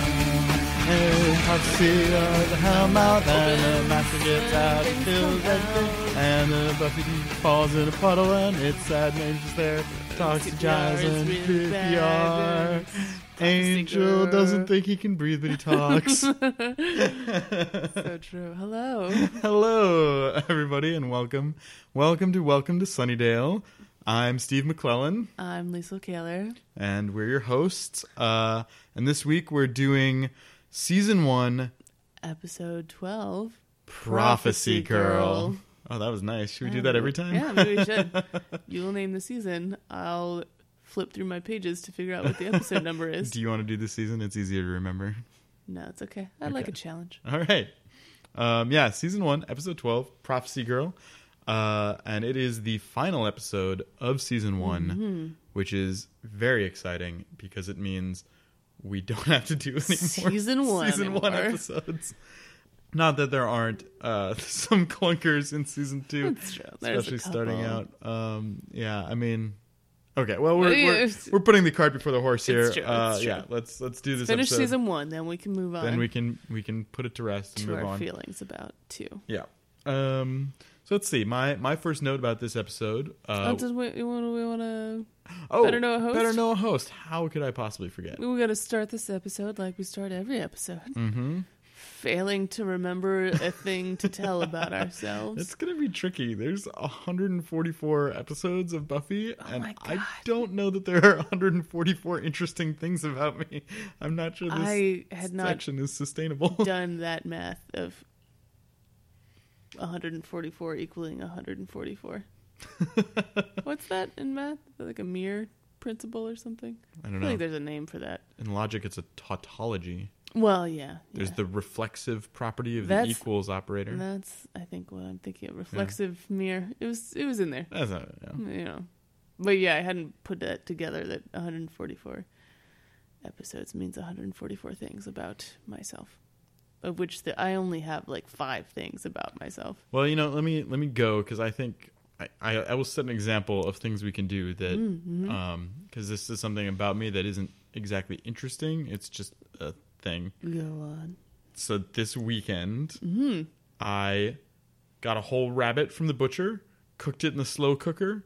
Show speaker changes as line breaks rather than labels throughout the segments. feeling. Hard to see her the helm out and the master gets out and kills everything. And the Buffy falls in a puddle and it's sad and Angel's there. Talks to Giles and PPR. Angel doesn't think he can breathe, but he talks.
So true. Hello.
Hello, everybody, and welcome. Welcome to Welcome to Sunnydale. I'm Steve McClellan.
I'm Lisa Kaler.
and we're your hosts. Uh, and this week we're doing season one,
Episode 12.
Prophecy Girl. Oh, that was nice. Should we do that every time?
Yeah, maybe we should. You'll name the season. I'll flip through my pages to figure out what the episode number is.
Do you want to do this season? It's easier to remember.
No, it's okay. I like a challenge.
All right. Um, yeah, season one, episode 12, Prophecy Girl. Uh, and it is the final episode of season one,
Mm-hmm.
which is very exciting because it means we don't have to do any more
Season one
season one
anymore.
episodes. Not that there aren't uh, some clunkers in season two,
That's true. There's a
especially starting out. Um, yeah, I mean, okay. Well, we're,
Yeah,
we're
it's-
we're putting the cart before the horse here.
true, it's
uh,
true.
Yeah, let's let's do this.
Finish
episode.
season one, then we can move on
Then we can we can put it to rest and
to
move
our
on.
feelings about two.
Yeah. Um, so let's see. My my first note about this episode. Uh,
oh, did we, we want to. We want to.
oh,
Better Know a Host? Mm-hmm.
Better know a host. How could I possibly forget?
We got to start this episode like we start every episode.
Mm.
Mm-hmm. Failing to remember a thing to tell about ourselves.
It's gonna be tricky. There's 144 episodes of Buffy, and
Oh my
I
God.
don't know that there are 144 interesting things about me. I'm not sure this
I had not
section is sustainable.
done that math of 144 equaling 144. What's that in math? Is that like a mere principle or something?
I don't
I feel
know.
like there's a name for that.
In logic, it's a tautology.
Well, yeah.
There's
yeah.
the reflexive property of the
That's-
equals operator.
And that's I think what I'm thinking of. Reflexive mirror. It was it was in there.
That's not. Yeah.
You know. But yeah, I hadn't put that together that 144 episodes means 144 things about myself. Of which the, I only have like five things about myself.
Well, you know, let me let me go because I think I, I, I will set an example of things we can do that because this is something about me that isn't exactly interesting. It's just a thing.
Go on.
So this weekend, I got a whole rabbit from the butcher, cooked it in the slow cooker,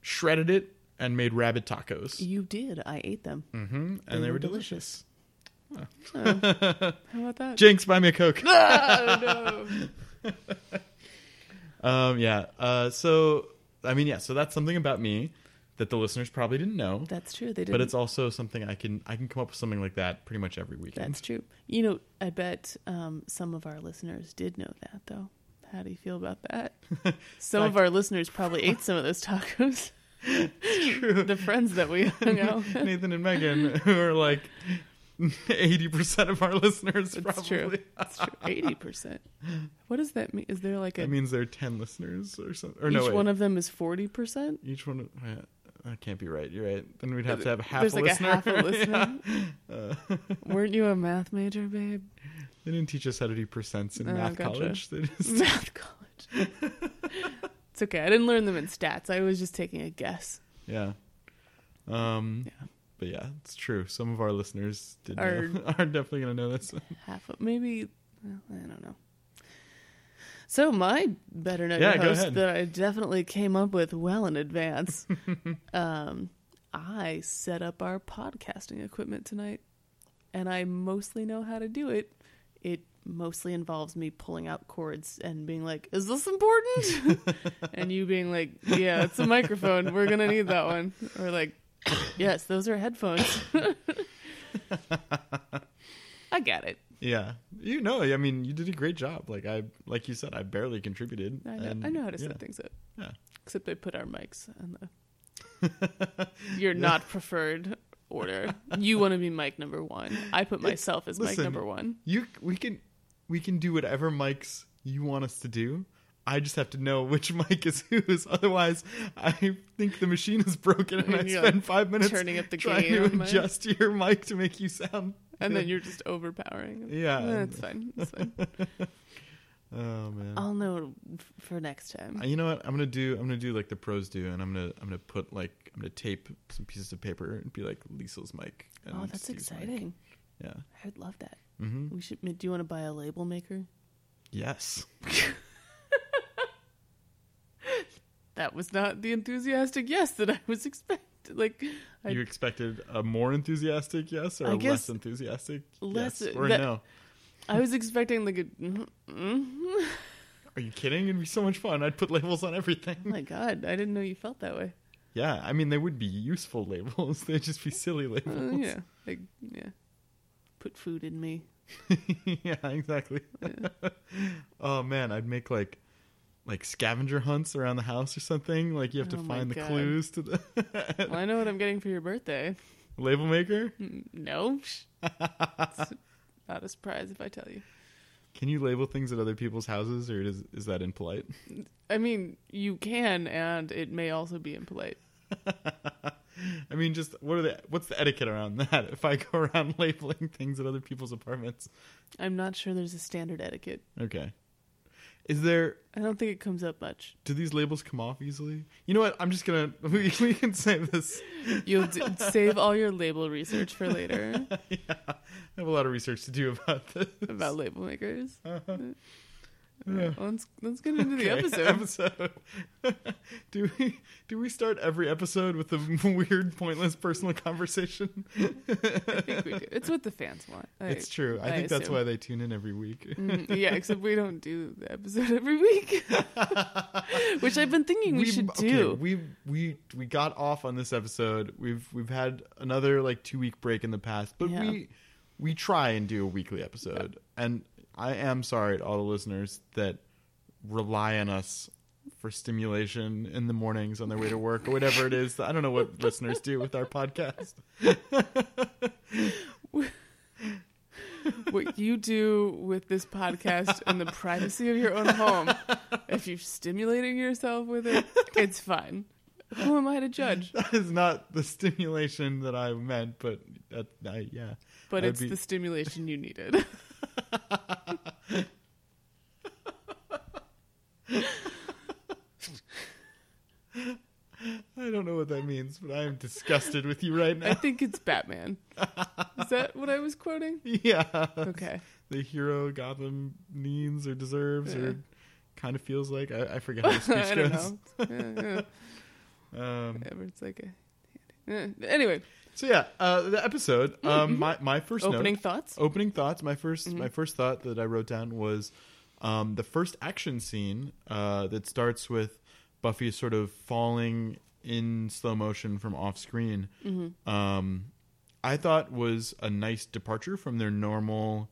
shredded it, and made rabbit tacos,
You did. I ate them.
hmm and they,
were
were delicious.
How about that?
Jinx, buy me a coke.
no.
um, yeah. Uh, so I mean, yeah. So that's something about me that the listeners probably didn't know.
That's true. They did.
but it's also something I can I can come up with something like that pretty much every weekend.
That's true. You know, I bet um, some of our listeners did know that, though. How do you feel about that? Some of our listeners probably ate some of those tacos.
true.
The friends that we hung out with.
Nathan and Megan, who are like eighty percent of our listeners,
It's
probably.
true. It's true. Eighty percent. What does that mean? Is there like a
That means there are ten listeners or something. Or
each
no, wait.
one of them is forty percent?
each one. uh, that can't be right. You're right. Then we'd have to have half
There's
a
like
listener.
a half a listener.
Uh,
Weren't you a math major, babe?
they didn't teach us how to do percents in
Oh,
math
gotcha.
college. They just-
math college. it's okay. I didn't learn them in stats. I was just taking a guess.
yeah. Um,
Yeah.
But yeah, it's true. Some of our listeners did
Are-
know, are definitely gonna know this.
Half of maybe well, I don't know. So my better known
Yeah, go
host
ahead.
that I definitely came up with well in advance. um, I set up our podcasting equipment tonight, and I mostly know how to do it. It mostly involves me pulling out cords and being like, "Is this important?" and you being like, "Yeah, it's a microphone. We're gonna need that one." Or like, "Yes, those are headphones." I got it.
Yeah, you know, I mean, you did a great job. Like I, like you said, I barely contributed.
I know,
and-
I know how to
yeah.
set things up.
Yeah.
Except I put our mics on the your not preferred order. You want to be mic number one. I put myself as mic
listen.
number one.
You, we can, we can do whatever mics you want us to do. I just have to know which mic is whose. Otherwise, I think the machine is broken, and,
And
I
you're,
spend
like,
five minutes
turning up the
trying
gain
to
on mine.
adjust your mic to make you sound.
And then
good.
you're just overpowering.
Yeah.
That's fine. That's fine.
Oh man.
I'll know f- for next time.
Uh, You know what? I'm gonna do. I'm gonna do like the pros do, and I'm gonna I'm gonna put like I'm gonna tape some pieces of paper and be like Liesl's mic. And
Oh, that's
Steve's mic.
exciting.
Yeah.
I would love that.
hmm
We should. Do you want to buy a label maker?
Yes.
That was not the enthusiastic yes that I was expecting. Like, I,
you expected a more enthusiastic yes or
I
a
guess
less enthusiastic
less-
yes or
that-
no?
I was expecting like a. mm mm
Are you kidding? It'd be so much fun. I'd put labels on
Oh
everything.
my god! I didn't know you felt that way.
Yeah, I mean they would be useful labels. They'd just be silly
Uh,
labels.
yeah, like yeah. Put food in me.
yeah, exactly. oh man, I'd make like like scavenger hunts around the house or something. Like you have to
Oh my
find the
God.
clues to the
Well, I know what I'm getting for your birthday.
label maker.
Mm, No, it's not a surprise if I tell you.
Can you label things at other people's houses, or is is that impolite?
I mean, you can, and it may also be impolite.
I mean, just what are the what's the etiquette around that? If I go around labeling things at other people's apartments,
I'm not sure there's a standard etiquette.
okay. Is there
I don't think it comes up much.
do these labels come off easily? You know what? I'm just gonna we, we can save this.
You'll d- save all your label research for later
yeah, I have a lot of research to do about this.
about label makers. All
Uh-huh. Yeah.
right, let's, let's get into the
Okay,
episode.
episode. do we do we start every episode with a weird, pointless personal conversation?
I think we do. It's what the fans want. I-
it's true. I,
I
think that's
assume.
why they tune in every week.
Mm, yeah, except we don't do the episode every week, which I've been thinking we, should
okay,
do.
We we we got off on this episode. We've we've had another like two week break in the past, but
Yeah.
we we try and do a weekly episode. And I am sorry to all the listeners that rely on us for stimulation in the mornings on their way to work or whatever it is. I don't know what listeners do with our podcast.
what you do with this podcast in the privacy of your own home. If you're stimulating yourself with it, it's fine. Who am I to judge?
That is not the stimulation that I meant, but that, I, yeah.
But
I'd
it's
be-
the stimulation you needed.
I don't know what that means, but I am disgusted with you right
I
now.
think it's Batman. Is that what I was quoting?
Yeah.
Okay.
the hero Gotham needs or deserves
Yeah.
or kind of feels like. I, I forget how the speech
I don't
goes.
know. Yeah, yeah,
Um,
Whatever. It's like a. yeah. Anyway,
so yeah, uh, the episode. Um, my my first
Mm-hmm, opening Mm-hmm.
note,
thoughts.
opening thoughts. My 1st my first thought that I wrote down was um, the first action scene uh, that starts with Buffy sort of falling in slow motion from off screen.
Mm-hmm.
Um, I thought was a nice departure from their normal,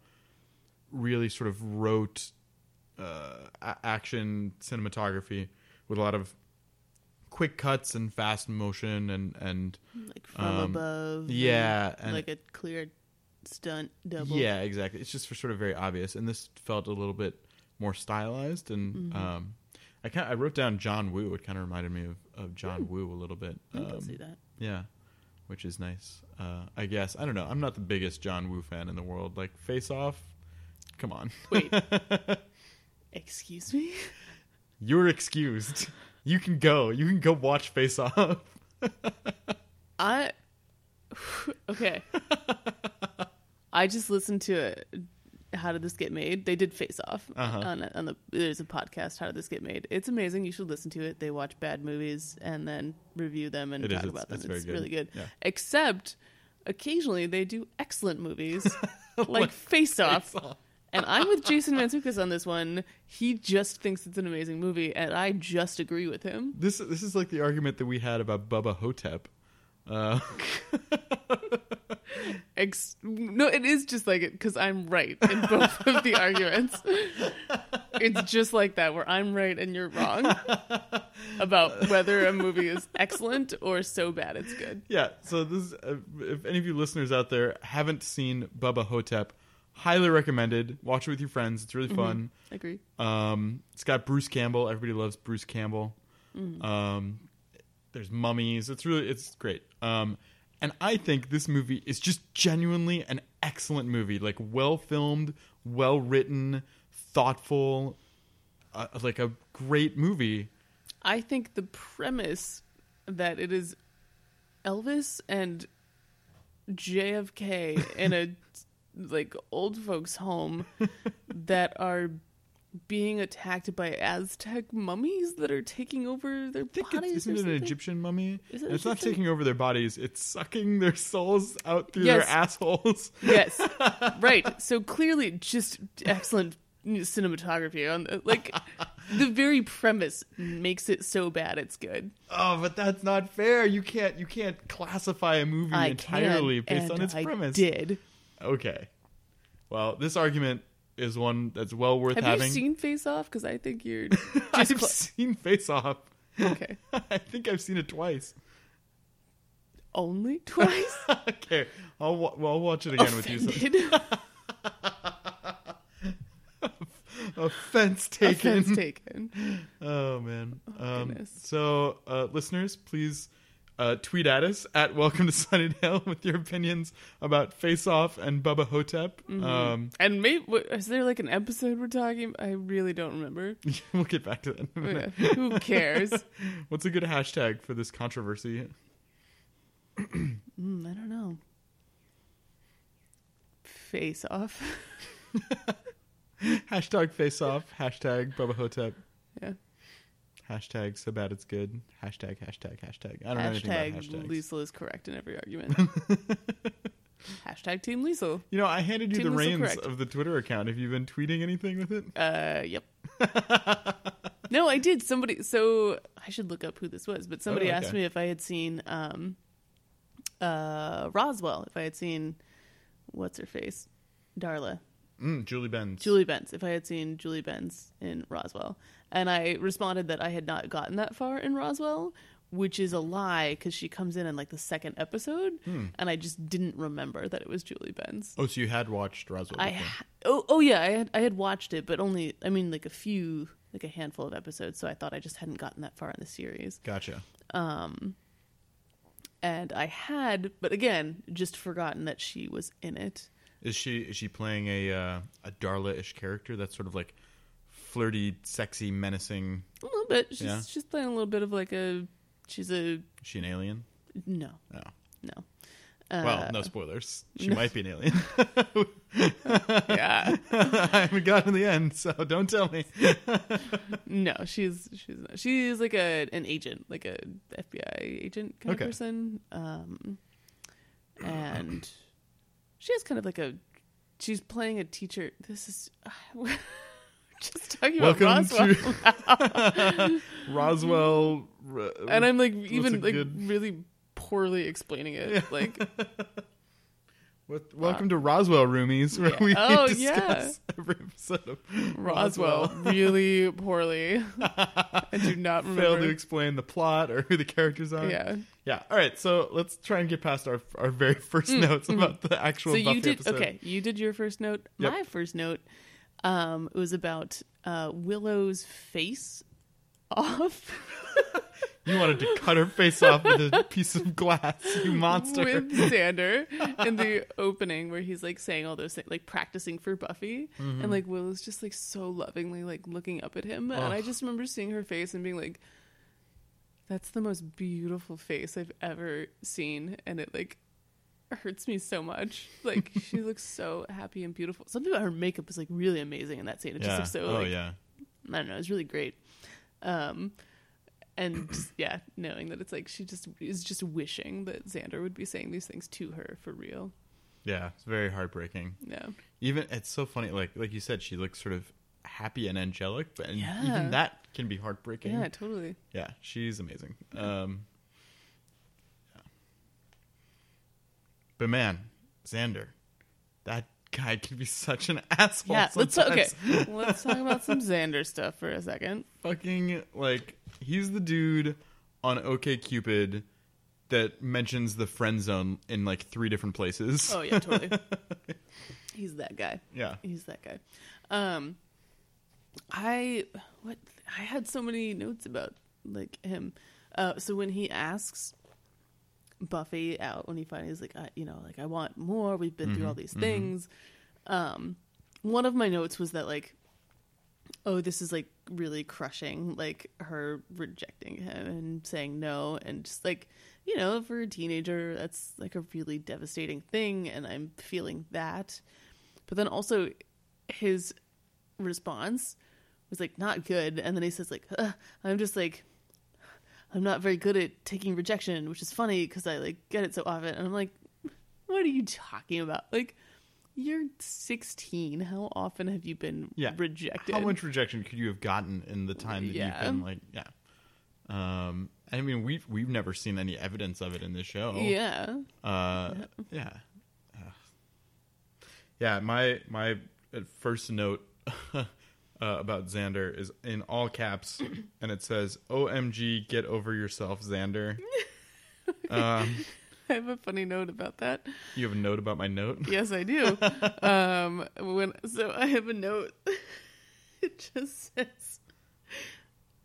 really sort of rote uh, a- action cinematography with a lot of quick cuts and fast motion and and
Like from
um,
above.
yeah and
Mm-hmm. Like a clear stunt double.
yeah exactly it's just for sort of very obvious and this felt a little bit more stylized and
Mm-hmm.
um I kind I wrote down John Woo it kind of reminded me of, of John Woo a little bit
Hmm. I can
um,
see that.
yeah which is nice uh I guess I don't know I'm not the biggest John Woo fan in the world like Face Off come on
Wait. Excuse me?
you're excused you can go you can go watch Face Off
I okay. I just listened to uh, How did this get made? They did Face Off
Uh-huh.
on on the. There's a podcast. How did this get made? It's amazing. You should listen to it. They watch bad movies and then review them and
It is.
talk
It's-
about them.
it's very
It's,
good.
really good.
Yeah.
Except occasionally they do excellent movies like Face Off. And I'm with Jason Mantzoukas on this one. He just thinks it's an amazing movie, and I just agree with him.
this this is like the argument that we had about Bubba Hotep uh
Ex- no, it is just like it because I'm right in both of the arguments. It's just like that where I'm right and you're wrong about whether a movie is excellent or so bad it's good.
Yeah, so this uh, if any of you listeners out there haven't seen Bubba Hotep, highly recommended. Watch it with your friends. It's really fun.
Agree.
Um, it's got Bruce Campbell. Everybody loves Bruce Campbell. Um, there's mummies. It's really it's great. Um, and I think this movie is just genuinely an excellent movie. Like well filmed, well written, thoughtful, uh, like a great movie.
I think the premise that it is Elvis and JFK in a like old folks home that are being attacked by Aztec mummies that are taking over their
think it's,
bodies.
isn't
or
it an
something?
Egyptian mummy?
Is it
And it's not
Egyptian?
taking over their bodies; it's sucking their souls out through
Yes.
their assholes.
Yes, right. So clearly, just excellent cinematography. On uh, like the very premise makes it so bad it's good.
Oh, but that's not fair. You can't you can't classify a movie
I
entirely
can,
based
and
on its
I
premise.
Did
Okay. Well, this argument is one that's well worth
have
having.
you seen Face Off? Because I think you're
I've
just cla-
seen Face Off.
okay.
I think I've seen it twice.
Only twice.
okay, I'll wa- well, I'll watch it again with you.
Offended.
So- offense taken.
Offense taken.
Oh man. um,
goodness.
so, uh, listeners, please uh, tweet at us at Welcome to Sunnydale with your opinions about Face Off and Bubba Hotep.
Mm-hmm.
Um,
And maybe what- is there like an episode we're talking? I really don't remember.
we'll get back to that. In a minute.
Yeah, Who cares?
What's a good hashtag for this controversy?
Mm, I don't know. Face off.
Hashtag Face Off. Hashtag Bubba Hotep.
Yeah.
Hashtag so bad it's good. Hashtag hashtag hashtag. I don't know anything about hashtags.
Hashtag Liesel is correct in every argument. Hashtag Team Liesel.
You know, I handed you
Team
the
Liesel
reins
correct.
of the Twitter account. Have you been tweeting anything with it?
Uh, yep. no, I did. Somebody. So I should look up who this was, but somebody
Oh, okay.
asked me if I had seen um, uh, Roswell. If I had seen what's her face, Darla.
Mm, Julie Benz.
Julie Benz, if I had seen Julie Benz in Roswell. And I responded that I had not gotten that far in Roswell, which is a lie because she comes in in like the second episode,
Hmm.
and I just didn't remember that it was Julie Benz.
Oh, so you had watched Roswell?
I
before.
ha- oh oh yeah, I had I had watched it, but only I mean like a few like a handful of episodes, so I thought I just hadn't gotten that far in the series,
Gotcha.
and I had, but again, just forgotten that she was in it.
Is she is she playing a uh, a Darla-ish character that's sort of like flirty, sexy, menacing?
A little bit. She's
Yeah.
she's playing a little bit of like a she's a
Is she an alien?
no
No.
no. Uh,
well, no spoilers. She might be an alien.
yeah.
I haven't gotten to the end, so don't tell me.
No, she's she's not. she's like a an agent, like a FBI agent kind
Okay.
of person. Um, and she has kind of like a she's playing a teacher. This is we're just talking about
Welcome
Roswell,
to Roswell. r-
and I'm like
what's
even
a
like
good-
really poorly explaining it. Like
Wel- Welcome to Roswell Roomies, where
Yeah.
we
Oh,
discuss
yeah.
every episode of
Roswell, really poorly. I do not
Fail to
remember.
explain the plot or who the characters are.
yeah.
Yeah. All right. So let's try and get past our our very first notes about the actual
Mm, mm-hmm. so
Buffy
you did
episode.
okay you did your first note
Yep.
my first note um it was about uh willow's face off
You wanted to cut her face off with a piece of glass, you monster.
with xander in the opening where he's like saying all those things like practicing for buffy
Mm-hmm.
and like willow's just like so lovingly like looking up at him and i
Ugh.
just remember seeing her face and being like that's the most beautiful face i've ever seen and it like hurts me so much like she looks so happy and beautiful something about her makeup is like really amazing in that scene it just looks so
oh
like
yeah.
I don't know, it's really great. Um and just, yeah, knowing that it's like she just is just wishing that Xander would be saying these things to her for real.
Yeah. It's very heartbreaking.
Yeah.
Even it's so funny. Like like you said, she looks sort of happy and angelic, but and
Yeah.
even that can be heartbreaking.
Yeah, totally.
Yeah, she's amazing. Um, yeah. But man, Xander, that guy can be such an asshole.
Yeah, let's talk, okay.
sometimes.
let's talk about some Xander stuff for a second.
Fucking like he's the dude on OK Cupid that mentions the friend zone in like three different places.
Oh yeah, totally. He's that guy.
Yeah.
He's that guy. Um I what I had so many notes about like him. Uh so when he asks Buffy out when he finally is like I, you know like I want more. We've been through all these things. Um one of my notes was that like oh this is like really crushing like her rejecting him and saying no and just like you know, for a teenager, that's like a really devastating thing, and I'm feeling that. But then also, his response was like not good, and then he says like, "Ugh," "I'm just like, I'm not very good at taking rejection," which is funny because I like get it so often, and I'm like, "What are you talking about? Like, you're 16. How often have you been
Yeah.
rejected?
How much rejection could you have gotten in the time that
Yeah.
you've been like, yeah? Um, I mean, we've we've never seen any evidence of it in this show.
Yeah,
Uh, yeah. Ugh. Yeah, my my uh, first note uh, about Xander is in all caps, and it says, "OMG, get over yourself, Xander." um,
I have a funny note about that.
you have a note about my note.
Yes, I do. um, when so I have a note. it just says,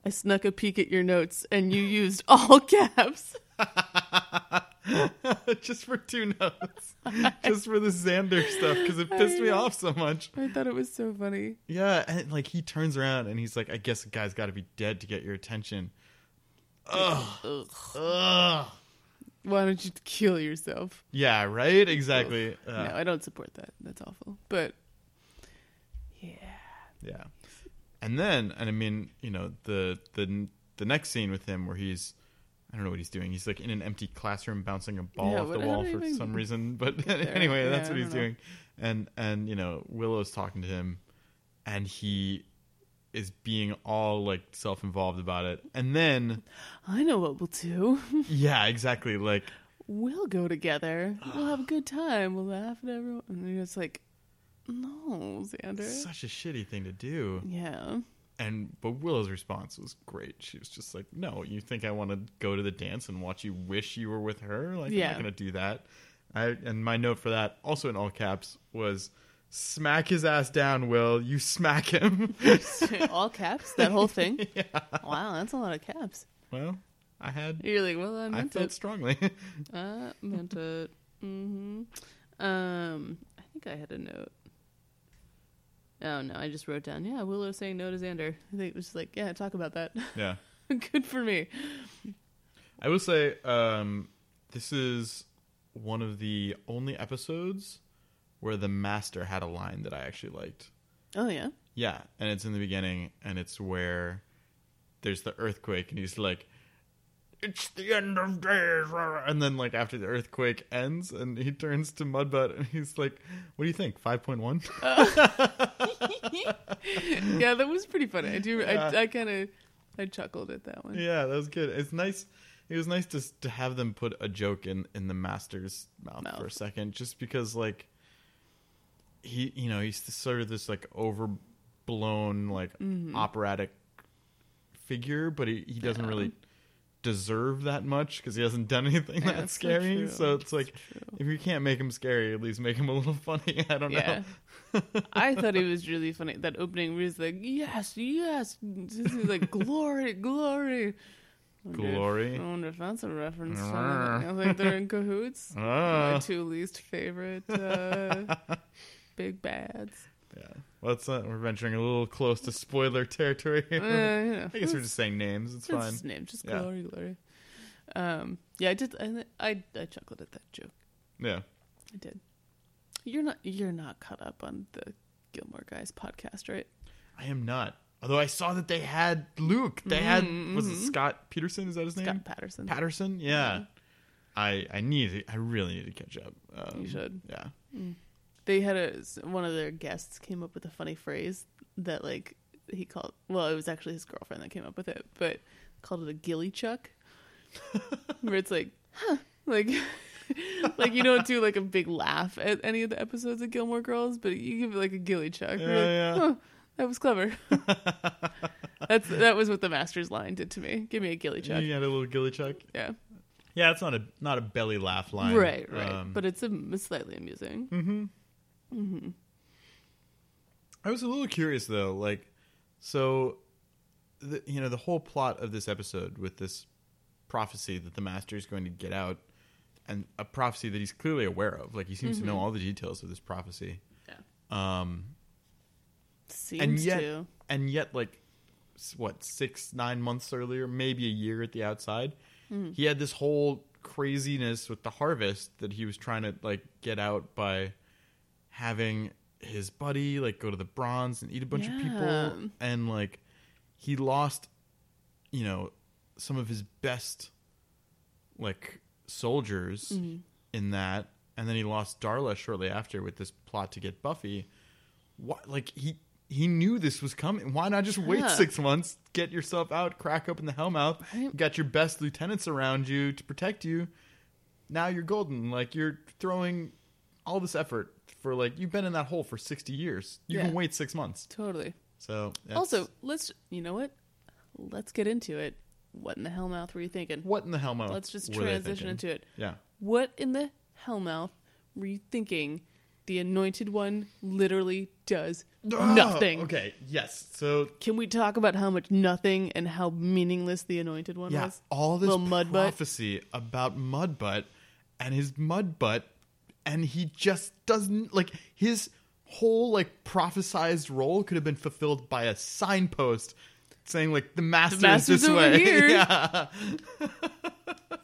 "I snuck a peek at your notes, and you used all caps."
just for two notes, just for the Xander stuff because it pissed me off so much.
I thought it was so funny.
Yeah, and like he turns around and he's like, "I guess a guy's got to be dead to get your attention." Ugh.
Ugh.
Ugh.
Why don't you kill yourself?
Yeah, right. Exactly. Uh,
no, I don't support that. That's awful. But yeah,
Yeah. And then, and I mean, you know, the the the next scene with him where he's, I don't know what he's doing. He's like in an empty classroom bouncing a ball
Yeah,
off the
what- how
wall
do you
for
even
some reason. But
there?
anyway,
Yeah,
that's what
I
he's
don't know.
doing. And and you know, Willow's talking to him, and he is being all like self-involved about it. And then,
I know what we'll do.
yeah, exactly. Like,
we'll go together. We'll have a good time. We'll laugh at everyone. And you're just like, no, Xander.
such a shitty thing to do.
yeah.
and but Willow's response was great. She was just like, "No, you think I want to go to the dance and watch you wish you were with her? Like, I'm
Yeah.
not gonna do that." I and my note for that, also in all caps, was "Smack his ass down, Will. You smack him."
all caps that whole thing wow that's a lot of caps
well, I had,
you're like well i
I
meant
felt
it
strongly.
i meant it mm-hmm. um i think i had a note oh no i just wrote down yeah willow saying no to xander i think it was just like yeah talk about that
yeah,
good for me
I will say, um, this is one of the only episodes where the master had a line that I actually liked.
oh yeah
Yeah, and it's in the beginning, and it's where there's the earthquake, and he's like, "It's the end of days," and then like after the earthquake ends, and he turns to Mudbutt, and he's like, "What do you think? Five point one?
yeah that was pretty funny i do
Yeah.
i, I kind of i chuckled at that one
Yeah, that was good. It's nice. It was nice to s- to have them put a joke in in the master's mouth,
Mouth.
for a second, just because like he, you know, he's sort of this like overblown like operatic figure, but he, he doesn't
Mm-hmm. Yeah.
really deserve that much because he hasn't done anything
Yeah,
that
that's so
scary.
true.
So, it's like if you can't make him scary, at least make him a little funny. I don't
Yeah.
know.
I thought it was really funny that opening where he's like, "Yes, yes," this is like glory, glory, Wonder if-
Glory.
I wonder if that's a reference. To anything. I was like, they're in cahoots. My
Ah.
two least favorite uh, big bads.
Yeah. Well, that's not, we're venturing a little close to spoiler territory.
Uh,
Here.
you know,
I guess we're just saying names. It's
that's
fine.
his name, just
Yeah.
glory, glory. Um, yeah, I did. I, I I chuckled at that joke.
Yeah.
I did. You're not you're not caught up on the Gilmore Guys podcast, right?
I am not. Although I saw that they had Luke. They had was it Scott Peterson? Is that his name?
Mm-hmm, Scott Patterson.
Patterson. Yeah. I I need to, I really need to catch up. Um,
You should.
Yeah.
they had a s- one of their guests came up with a funny phrase that like he called well it was actually his girlfriend that came up with it but called it a gilly chuck where it's like huh like like you don't do like a big laugh at any of the episodes of Gilmore Girls but you give it like a gilly chuck You're
Yeah, yeah.
like, "Huh, that was clever that's that was what the master's line did to me give me a gilly chuck
You had a little gilly chuck.
yeah
Yeah, it's not a not a belly laugh line.
right right
Um,
but it's, am slightly amusing
I was a little curious though, like, so, the, you know, the whole plot of this episode with this prophecy that the master is going to get out, and a prophecy that he's clearly aware of. Like, he seems to know all the details of this prophecy.
yeah
Um,
seems
and yet,
to
and yet, like,
Hmm.
s- what six, nine months earlier, maybe a year at the outside, he had this whole craziness with the harvest that he was trying to like get out by having his buddy like go to the bronze and eat a bunch of
Yeah.
people and like he lost you know some of his best like soldiers
Mm-hmm.
in that and then he lost Darla shortly after with this plot to get Buffy what like he he knew this was coming. Why not just wait
Yeah.
six months, get yourself out, crack open the Hellmouth,
Right.
got your best lieutenants around you to protect you. Now you're golden. Like you're throwing all this effort for like you've been in that hole for sixty years. You
Yeah.
can wait six months.
Totally.
So that's-
Also, let's you know what? Let's get into it. What in the hell mouth were you thinking?
what in the Hellmouth?
Let's just
were they
transition
thinking?
into it.
Yeah,
What in the hell mouth were you thinking? The anointed one literally does nothing.
Ah, okay, yes. So
Can we talk about how much nothing and how meaningless the anointed one
yeah,
was?
all this
Little mud butt.
prophecy about Mudbutt and his mud butt, and he just doesn't like his whole like prophesized role could have been fulfilled by a signpost saying like the master is
master's
this
over
way.
here.
yeah,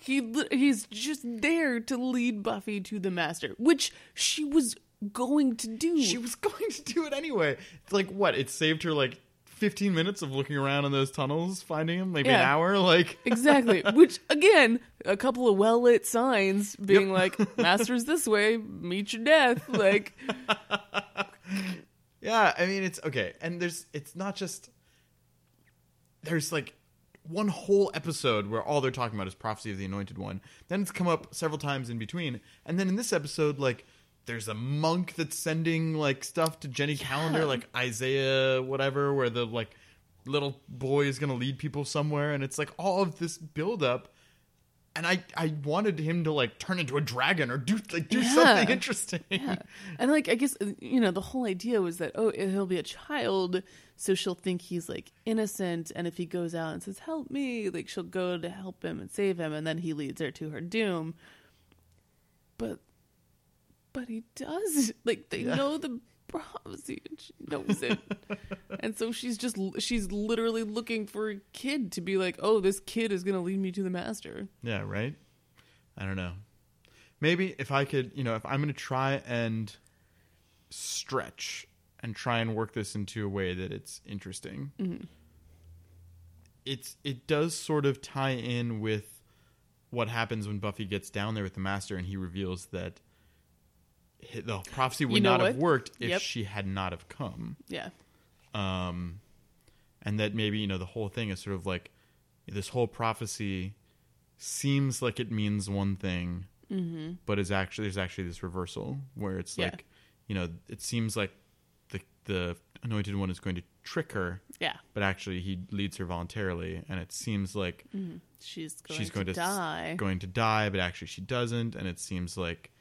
He li- he's just there to lead Buffy to the master, which she was going to do.
she was going to do it anyway. It's like what it saved her like. 15 minutes of looking around in those tunnels finding him maybe an
Yeah.
hour like
exactly. Which again, a couple of well lit signs being like, "Master's this way, meet your death." Like,
Yeah, I mean it's okay, and there's it's not just there's like one whole episode where all they're talking about is prophecy of the anointed one. Then it's come up several times in between, and then in this episode, like there's a monk that's sending like stuff to Jenny Calendar, like Isaiah whatever, where the like little boy is gonna lead people somewhere, and it's like all of this build up. And I, I wanted him to like turn into a dragon or do like do
Yeah.
something interesting.
yeah. and like I guess uh, you know the whole idea was that oh he'll be a child, so she'll think he's like innocent, and if he goes out and says "Help me," like she'll go to help him and save him, and then he leads her to her doom. But, but he does like they know the prophecy, and she knows it, and so she's just she's literally looking for a kid to be like oh this kid is gonna lead me to the master.
Yeah, right? I don't know. Maybe if I could, you know, if I'm going to try and stretch and try and work this into a way that it's interesting.
Mm-hmm.
It's it does sort of tie in with what happens when Buffy gets down there with the master and he reveals that hi- the prophecy would
know
not have
what?
worked if
Yep.
she had not have come
Yeah,
um, and that maybe you know the whole thing is sort of like this whole prophecy seems like it means one thing, but is actually there's actually this reversal where it's
Mm-hmm. Yeah.
like you know it seems like the the anointed one is going to trick her,
yeah,
but actually he leads her voluntarily, and it seems like
she's going
Mm-hmm. she's going to,
to,
s-
die.
going to die, but actually she doesn't, and it seems like.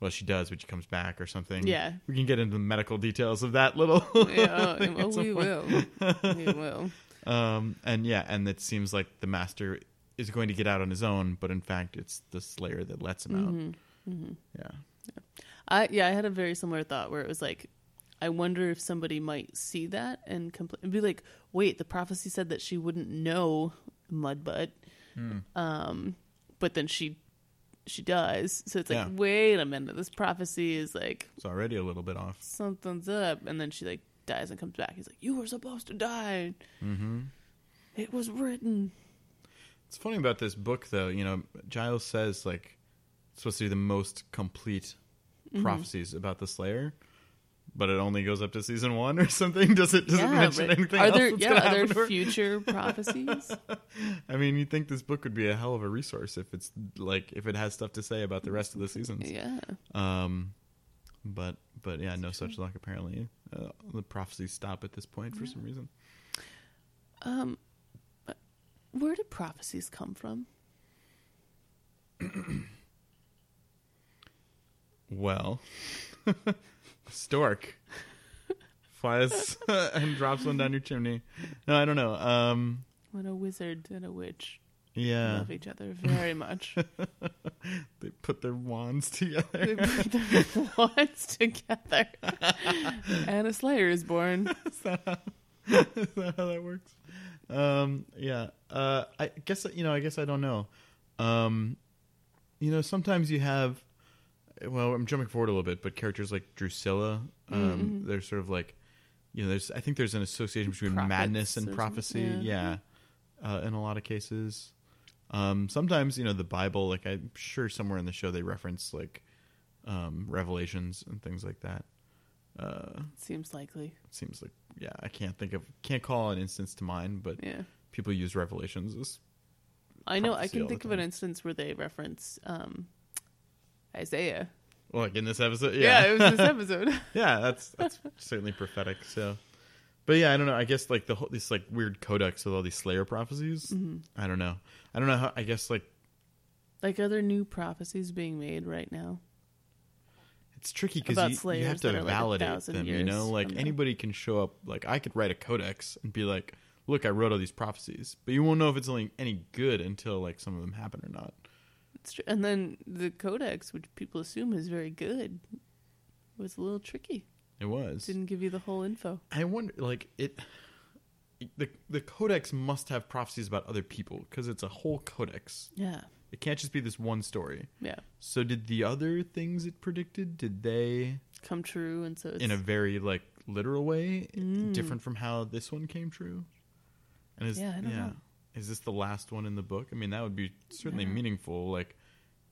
Well, she does, but she comes back or something.
Yeah.
we can get into the medical details of that little.
yeah,
thing
well,
at some
we
point.
will. We will.
Um, and yeah, and it seems like the master is going to get out on his own, but in fact, it's the Slayer that lets him out.
Mm-hmm.
Yeah,
I yeah, I had a very similar thought where it was like, I wonder if somebody might see that and compl- and be like, wait, the prophecy said that she wouldn't know Mudbutt,
Hmm.
um, but then she she does. So it's like,
Yeah.
wait a minute, this prophecy is like
it's already a little bit off.
something's up, and then she like dies and comes back. He's like, you were supposed to die. Mm-hmm. It was written.
It's funny about this book, though. You know, Giles says like it's supposed to be the most complete
Mm-hmm.
prophecies about the Slayer, but it only goes up to season one or something. Does it? Does it mention
but
anything
are
else
there
that's
yeah
gonna
are
happen to
there
her?
future prophecies?
I mean, you'd think this book would be a hell of a resource if it's like if it has stuff to say about the rest of the seasons.
yeah.
Um, but but yeah, no such luck. Apparently, uh, the prophecies stop at this point for some reason.
Um, but where do prophecies come from?
Well, stork flies and drops one down your chimney. No, I don't know. Um,
When a wizard and a witch
yeah,
love each other very much,
they put their wands together.
they put their wands together, and a slayer is born.
Is that how that works? Um, yeah. Uh, I guess you know. I guess I don't know. Um, you know, sometimes you have. Well, I'm jumping forward a little bit, but characters like Drusilla, um, they're sort of like, you know, there's. I think there's an association between
Mm-hmm. Prophets
madness
or
and
something,
prophecy.
yeah. Mm-hmm.
Yeah, uh, in a lot of cases. Um, sometimes you know the Bible, like I'm sure somewhere in the show they reference like um, Revelations and things like that. Uh,
Seems likely.
it seems like yeah, I can't think of can't call an instance to mind, but
Yeah.
people use Revelations as
I know. I
Prophecy all
can
the
think of an
time.
instance where they reference um, Isaiah.
well, like in this episode.
Yeah.
Yeah,
it was this episode.
yeah, that's that's certainly prophetic. So, but yeah, I don't know. I guess like the whole this like weird codex with all these Slayer prophecies.
Mm-hmm.
I don't know. I don't know. How, I guess like
like, are there new prophecies being made right now?
it's tricky
About
because you,
slayers
have to
that are, like, a
validate
thousand
them. You
years
know, like
from now.
anybody can show up. Like I could write a codex and be like, "Look, I wrote all these prophecies," but you won't know if it's only any good until like some of them happen or not.
It's tr- and then the codex, which people assume is very good, was a little tricky.
It was.
Didn't give you the whole info.
I wonder, like it. The, the codex must have prophecies about other people because it's a whole codex.
Yeah.
It can't just be this one story.
Yeah.
So did the other things it predicted? Did they,
Come true, and so it's Mm.
in a very like literal way, different from how this one came true? And is
Yeah, I don't know.
is this the last one in the book? I mean, that would be certainly
Yeah.
meaningful. Like,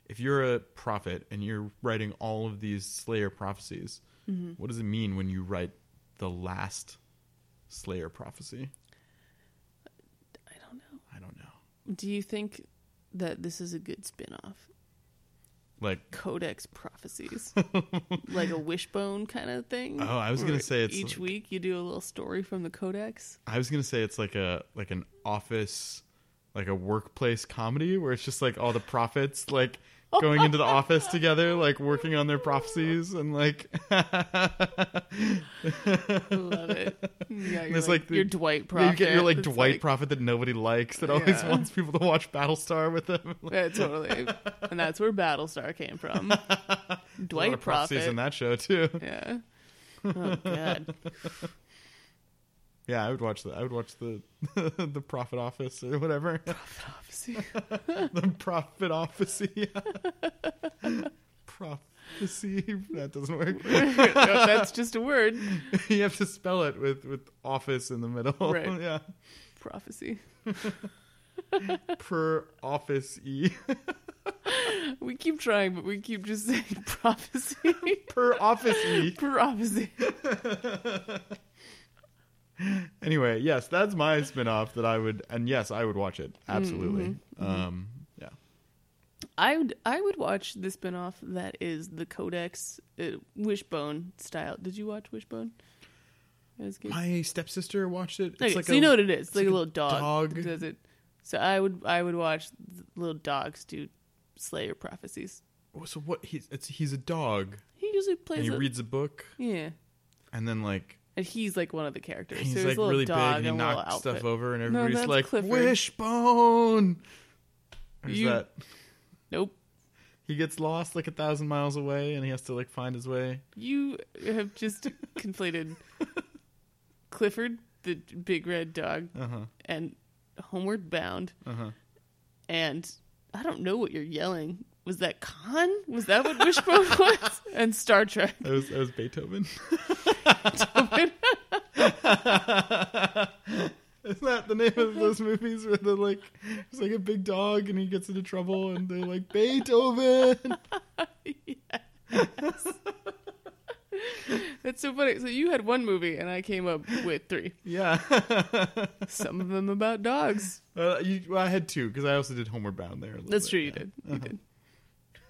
if you're a prophet and you're writing all of these Slayer prophecies,
Mm-hmm.
what does it mean when you write the last Slayer prophecy?
I don't know.
I don't know.
Do you think that this is a good spin-off?
Like,
Codex prophecies, like a wishbone kind of thing.
Oh, I was
Where
gonna say it's
each
like-
week you do a little story from the codex.
I was gonna say it's like a like an office, like a workplace comedy where it's just like all the prophets like going into the office together, like working on their prophecies and like
I love it. Yeah, you're
It's
like,
like the-
your Dwight
you
prophet.
get your like
It's
Dwight prophet that nobody likes that always
Yeah.
wants people to watch Battlestar with them.
Yeah, totally. and that's where Battlestar came from.
a lot
Dwight
of prophecies
prophet.
in that show too.
Yeah. Oh god.
Yeah, I would watch the I would watch the the prophet office or whatever.
Prophecy.
the prophet office. prophecy. That doesn't work.
No, that's just a word.
you have to spell it with with office in the middle.
Right.
yeah.
Prophecy.
Per office e.
We keep trying, but we keep just saying prophecy.
per office e.
prophecy.
Anyway, yes, that's my spin-off that I would and yes, I would watch it. Absolutely.
Mm-hmm.
Um yeah.
I would I would watch the spinoff that is the Codex uh, Wishbone style. Did you watch Wishbone? That was good.
My stepsister watched it. It's
Okay,
like
so
a,
you know what it is. It's like, a
like a
little dog,
dog.
that does it. So I would I would watch the little dogs do Slayer prophecies.
so what he's it's he's a dog
He usually plays.
and he
a-
reads a book
yeah,
and then like
and he's like one of the characters.
he's
so
like
a little
really big
dog
and he
and a little
knocked stuff
outfit.
over and everybody's
that's
like
Clifford.
wishbone. Or is
You-
that
Nope.
he gets lost like a thousand miles away and he has to like find his way.
You have just conflated Clifford, the big red dog,
Uh-huh.
and Homeward Bound.
Uh-huh.
And I don't know what you're yelling. Was that Khan? Was that what Wishbone was? And Star Trek.
That was that was Beethoven. Isn't that the name of those movies where they're like, it's like a big dog and he gets into trouble and they're like, Beethoven!
That's so funny. So you had one movie, and I came up with three.
Yeah.
Some of them about dogs.
Uh, you, well, I had two because I also did Homeward Bound there. a little
That's
bit,
true. You
yeah. Uh-huh.
did.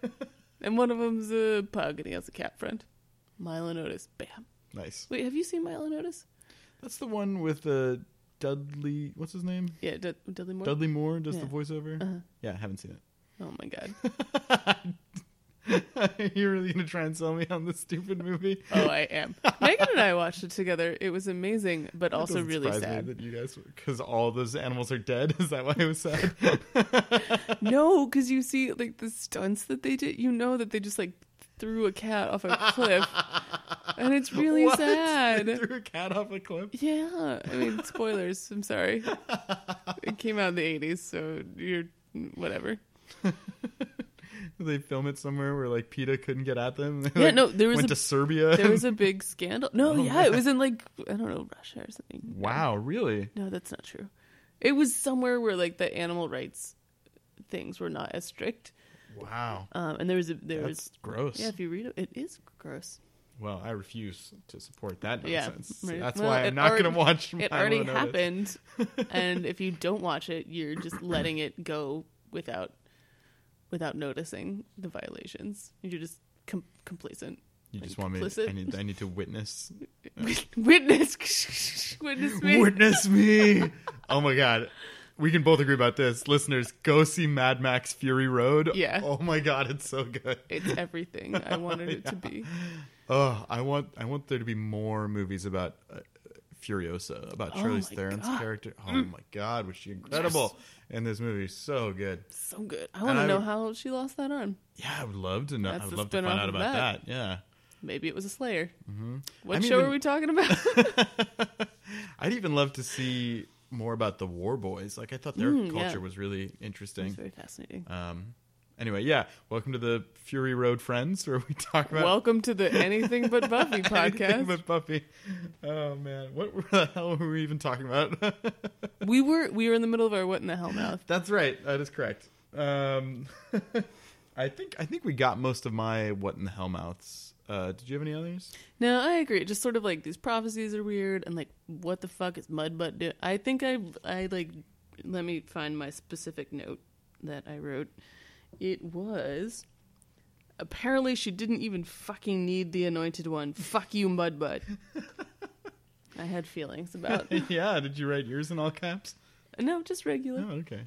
You did. And one of them's a pug, and he has a cat friend. Milo Notice. Bam.
Nice.
Wait, have you seen Milo Notice?
That's the one with uh, Dudley, what's his name?
Yeah, Dud Dudley Moore.
Dudley Moore does
Yeah.
the voiceover.
Uh-huh.
Yeah, I haven't seen
Oh my god.
it. You're really going to try and sell me on this stupid movie?
Oh, I am. Megan and I watched it together. It was amazing, but
That
also
doesn't
really
surprise me
sad.
that you guys, because all those animals are dead. Is that why it was sad?
No, because you see, like the stunts that they did. You know that they just like threw a cat off a cliff, and it's really
What? They
sad.
threw a cat off a cliff.
Yeah, I mean, spoilers. I'm sorry. It came out in the '80s, so you're whatever.
they film it somewhere where like PETA couldn't get at them. They,
Yeah,
like,
no, there was
went
a-
to Serbia.
There was a big scandal. No,
Oh,
yeah, it was in like I don't know Russia or something. No.
wow, really?
No, that's not true. It was somewhere where like the animal rights things were not as strict,
Wow,
um, and there was a there
that's
was
gross.
yeah. If you read it, it is gross.
Well, I refuse to support that
Yeah,
nonsense.
right.
That's
Well,
why
it
I'm not going
already-
to watch.
It
Milo
already
Notice.
happened, and if you don't watch it, you're just letting it go without without noticing the violations. You're just com- complacent.
You just
Like,
want me?
complicit.
I need. I need to witness.
Witness, witness me.
Witness me. oh my god. We can both agree about this. Listeners, go see Mad Max Fury Road.
Yeah.
Oh my god, it's so good.
It's everything I wanted it to be.
Oh, I want I want there to be more movies about uh, Furiosa, about
Oh
Charlize
my
Theron's
God. Mm.
character. Oh my god, was she incredible in this movie? is So good.
So good. I
And
want
I
to know
would-
how she lost that arm.
Yeah, I would love to know.
That's
I would
the
love to find
spin-off
out
of
about
that.
that. Yeah.
Maybe it was a Slayer.
Mm-hmm.
What
I'm
show
even-
are we talking about?
I'd even love to see more about the War Boys. Like I thought their
Mm, yeah.
culture was really interesting.
It's very fascinating.
Um, anyway, yeah. Welcome to the Fury Road Friends, where we talk about
Welcome to the Anything But Buffy
anything
podcast.
but Buffy. Oh man, what the hell were we even talking about?
We were we were in the middle of our what in the hell mouth.
That's right. That is correct. Um, I think I think we got most of my what in the hell mouths. Uh, did you have any others?
No, I agree. Just sort of like these prophecies are weird, and like what the fuck is Mudbutt do? I think I I like let me find my specific note that I wrote. It was apparently she didn't even fucking need the Anointed One. Fuck you, Mudbutt. I had feelings about
yeah. Did you write yours in all caps?
no, just regular.
Oh, okay.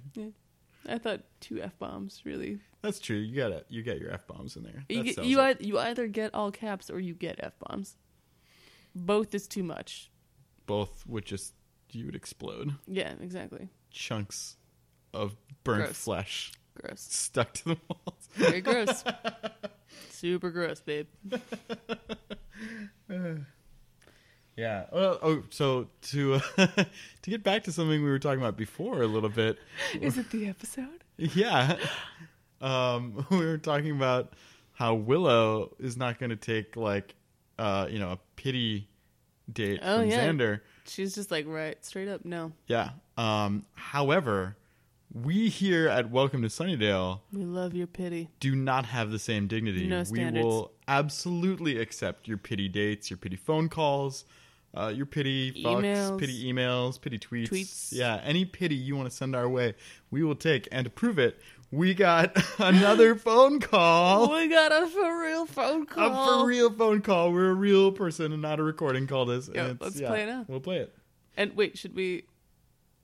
I thought two f bombs really.
That's true. You got it. You got your f bombs in there.
You,
That
get,
sells
you,
it.
ei- you either get all caps or you get f bombs. Both is too much.
both would just you would explode
Yeah, exactly.
chunks of burnt
Gross.
flesh
Gross.
stuck to the walls.
Very gross. Super gross, babe.
Yeah. Well, oh, so to uh, to get back to something we were talking about before a little bit.
Is it the episode?
Yeah. Um, we were talking about how Willow is not going to take like uh, you know a pity date
Oh,
from
yeah.
Xander.
She's just like, right, straight up, no.
Yeah. Um, however, we here at Welcome to Sunnydale
We love your pity.
do not have the same dignity.
No
we
standards.
will absolutely accept your pity dates, your pity phone calls, uh, your pity fucks,
Emails.
pity emails, pity tweets.
Tweets.
Yeah, any pity you want to send our way, we will take. And to prove it, we got another phone call.
we got a Oh. for real phone
A
call.
for real phone call. We're a real person and not a recording called us. And
Yeah,
it's-
let's play it now.
We'll play it.
And wait, should we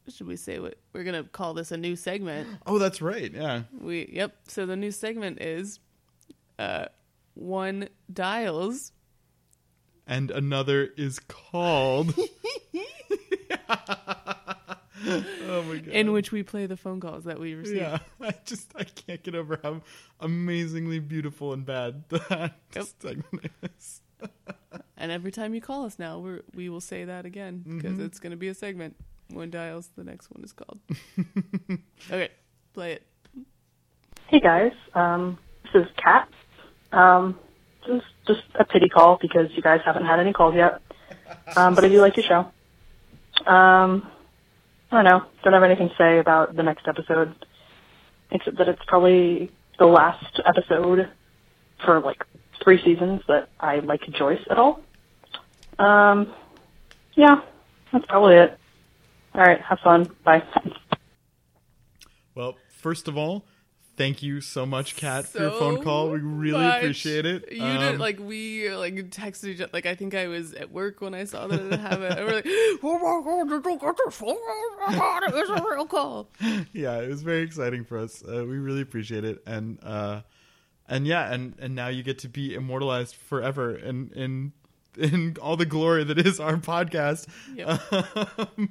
should we say what we're gonna call this a new segment?
Oh, that's right. Yeah.
We yep. So the new segment is uh one dials
And another is called. oh my god.
in which we play the phone calls that we receive.
Yeah, I just I can't get over how amazingly beautiful and bad that
Yep.
segment is.
And every time you call us now, we're, we will say that again because
Mm-hmm.
it's going to be a segment. One dials, the next one is called. okay, play it.
Hey guys, um, this is Kat. Um, this is just a pity call because you guys haven't had any calls yet. Um, but I do like your show. Um, I don't know. Don't have anything to say about the next episode, except that it's probably the last episode for like three seasons that I like Joyce at all. Um, yeah, that's probably it. All right, have fun. Bye.
Well, first of all, thank you so much, Kat, for your
So
phone call. We really
much.
appreciate it.
You
Um,
did like we like texted each other. Like I think I was at work when I saw that it happened. And we're like, oh my god, did you get this phone call? Oh my god, it was a real call.
yeah, it was very exciting for us. Uh, we really appreciate it, and uh, and yeah, and and now you get to be immortalized forever, and in, in all the glory that is our podcast. Um,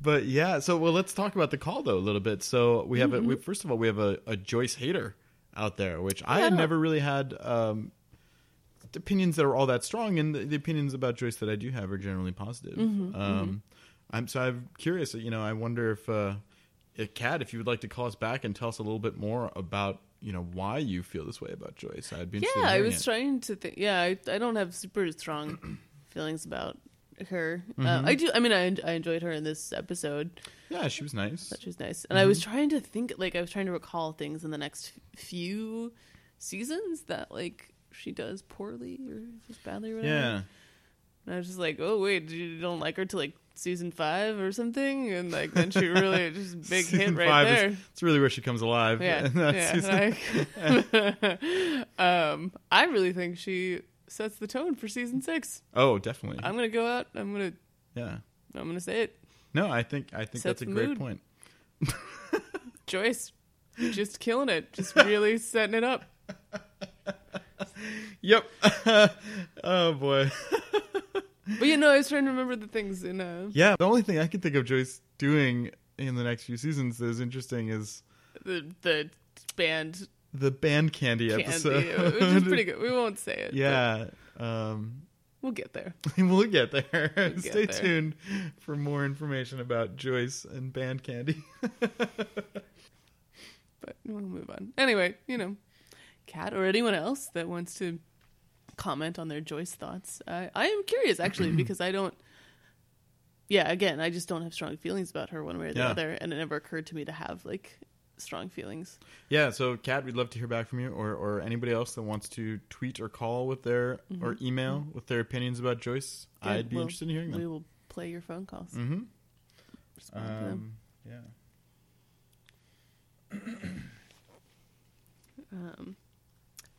but yeah, so well, let's talk about the call though a little bit. So we have a
Mm-hmm.
we, first of all we have a, a Joyce hater out there, which I had
Yeah.
never really had. Um, opinions that are all that strong, and the, the opinions about Joyce that I do have are generally positive.
Mm-hmm,
um, I'm so I'm curious. uh, You know, I wonder if, uh, if Kat, if you would like to call us back and tell us a little bit more about you know why you feel this way about Joyce. I'd be interested.
Yeah,
in
I
hearing
was
it.
trying to think. Yeah, I, I don't have super strong feelings about her. Uh,
Mm-hmm.
I do. I mean, I, en- I enjoyed her in this episode.
Yeah, she was nice.
She was nice, and I
Mm-hmm.
was trying to think. Like, I was trying to recall things in the next f- few seasons that like she does poorly or just badly. Or whatever.
Yeah,
And I was just like, oh wait, you don't like her till like season five or something, and like then she really just big hit
Season
right
five is-
there.
It's really where she comes alive.
Yeah,
in that
yeah.
season.
and I, um, I really think she sets the tone for season six.
Oh, definitely.
I'm gonna go out. I'm gonna.
yeah.
I'm gonna say it.
No, I think I think
Sets
that's a
the
great
mood.
point.
Joyce, just killing it. Just really setting it up.
Yep. oh boy.
But you know, I was trying to remember the things in. Uh,
Yeah. The only thing I can think of Joyce doing in the next few seasons that is interesting is
the the band
the band candy,
candy,
episode.
which is pretty good. We won't say it. but
Yeah. Um,
we'll get there.
we'll get there.
get
Stay
there.
tuned for more information about Joyce and band candy.
But we'll move on. Anyway, you know, Kat or anyone else that wants to comment on their Joyce thoughts, I, I am curious actually because I don't. Yeah, again, I just don't have strong feelings about her one way or the
Yeah.
other, and it never occurred to me to have like strong feelings.
Yeah, so Kat, we'd love to hear back from you, or or anybody else that wants to tweet or call with their or email with their opinions about Joyce. I'd
Mm-hmm. Good.
be
We'll-
interested in hearing
We
them.
will play your phone calls.
Mm-hmm.
Respond to them.
Um, yeah.
Um,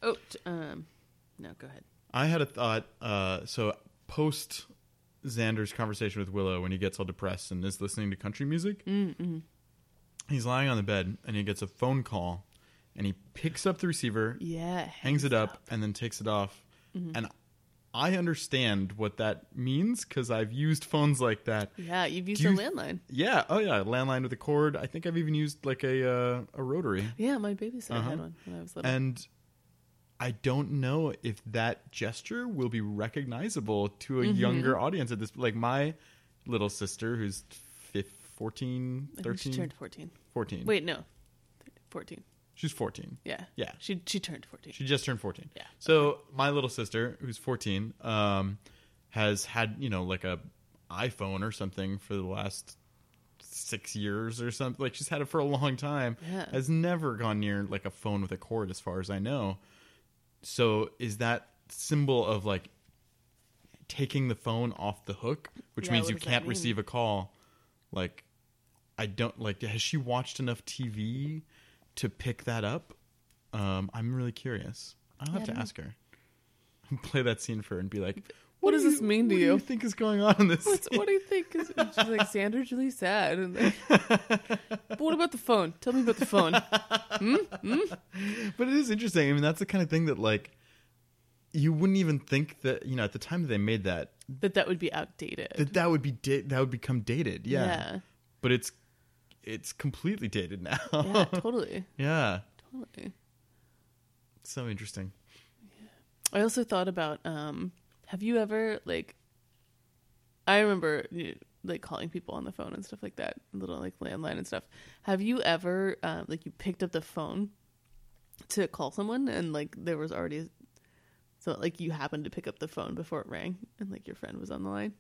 oh, t- um, no, go ahead.
I had a thought. Uh, so post Xander's conversation with Willow, when he gets all depressed and is listening to country music, he's lying on the bed and he gets a phone call, and he picks up the receiver,
Yeah,
hangs it up, and then takes it off. And I understand what that means because I've used phones like that.
Yeah, you've used
Do
a
you-
landline.
Yeah. Oh yeah. Landline with a cord. I think I've even used like a uh, a rotary.
Yeah, my babysitter
Uh-huh.
had one when I was little.
And I don't know if that gesture will be recognizable to a
Mm-hmm.
younger audience at this like my little sister who's fif 14,
I think she
13,
turned fourteen.
14.
Wait, no, fourteen.
She's 14.
Yeah,
Yeah.
She she turned fourteen.
She just turned 14.
Yeah.
So my little sister, who's 14, um, has had, you know, like a iPhone or something for the last six years or something. Like she's had it for a long time.
Yeah.
Has never gone near like a phone with a cord as far as I know. So is that symbol of like taking the phone off the hook, which
Yeah,
means
what
you
does that
can't
mean?
receive a call, like I don't like. Has she watched enough TV to pick that up? Um, I'm really curious. I'll have
I
to
don't know.
ask her. Play that scene for her and be like,
What
do
does this mean to
what do
you?"
you think is going on in this?
What's,
scene?
what do you think? Is, and she's like Sandra's really sad. And like, but what about the phone? Tell me about the phone.
but it is interesting. I mean, that's the kind of thing that like you wouldn't even think that you know at the time that they made that
that that would be outdated.
that that would be da- that would become dated. Yeah.
Yeah.
But it's it's completely dated now.
yeah, totally,
yeah.
totally.
So interesting.
I also thought about um have you ever like I remember you- like calling people on the phone and stuff like that, little like landline and stuff. Have you ever um like you picked up the phone to call someone and like there was already so like you happened to pick up the phone before it rang and like your friend was on the line?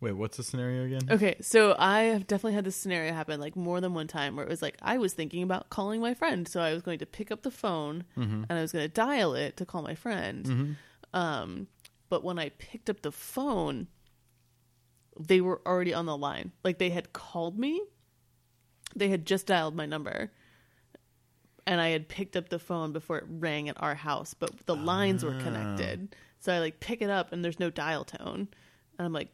Wait, what's the scenario again?
Okay, so I have definitely had this scenario happen like more than one time where it was like I was thinking about calling my friend, so I was going to pick up the phone and I was going to dial it to call my friend. Um, but when I picked up the phone, they were already on the line. Like they had called me, they had just dialed my number, and I had picked up the phone before it rang at our house, but the lines were connected. So I like pick it up and there's no dial tone, and I'm like,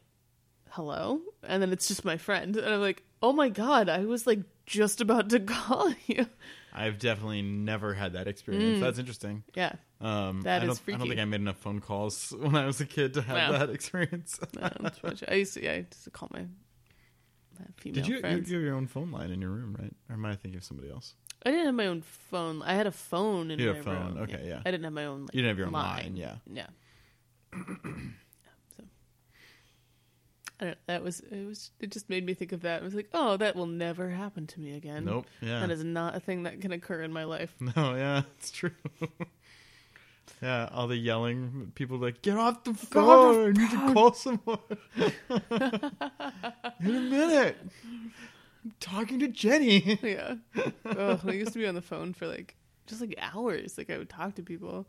"Hello," and then it's just my friend, and I'm like, "Oh my god, I was like just about to call you."
I've definitely never had that
Mm.
experience. That's interesting.
Yeah,
Um,
That
I
is
don't, I don't
freaky.
think I made enough phone calls when I was a kid to have
Wow.
that experience.
No, that's what I I used to. Yeah, I used to call my, my female
Did you, you,
friends.
you have your own phone line in your room, right? Or am I thinking of somebody else?
I didn't have my own phone. I had a phone in
You
my
had a phone.
room.
Okay, yeah.
I didn't have my own. Like,
You didn't have your own
line.
line, yeah.
Yeah. Yeah, so. I don't know, that was it was it just made me think of that. I was like, oh, that will never happen to me again.
Nope. Yeah.
That is not a thing that can occur in my life.
No, yeah, it's true. yeah, all the yelling, people like, get off the phone. You should call someone. In a minute. I'm talking to Jenny.
Yeah. Oh, I used to be on the phone for like just like hours. Like I would talk to people.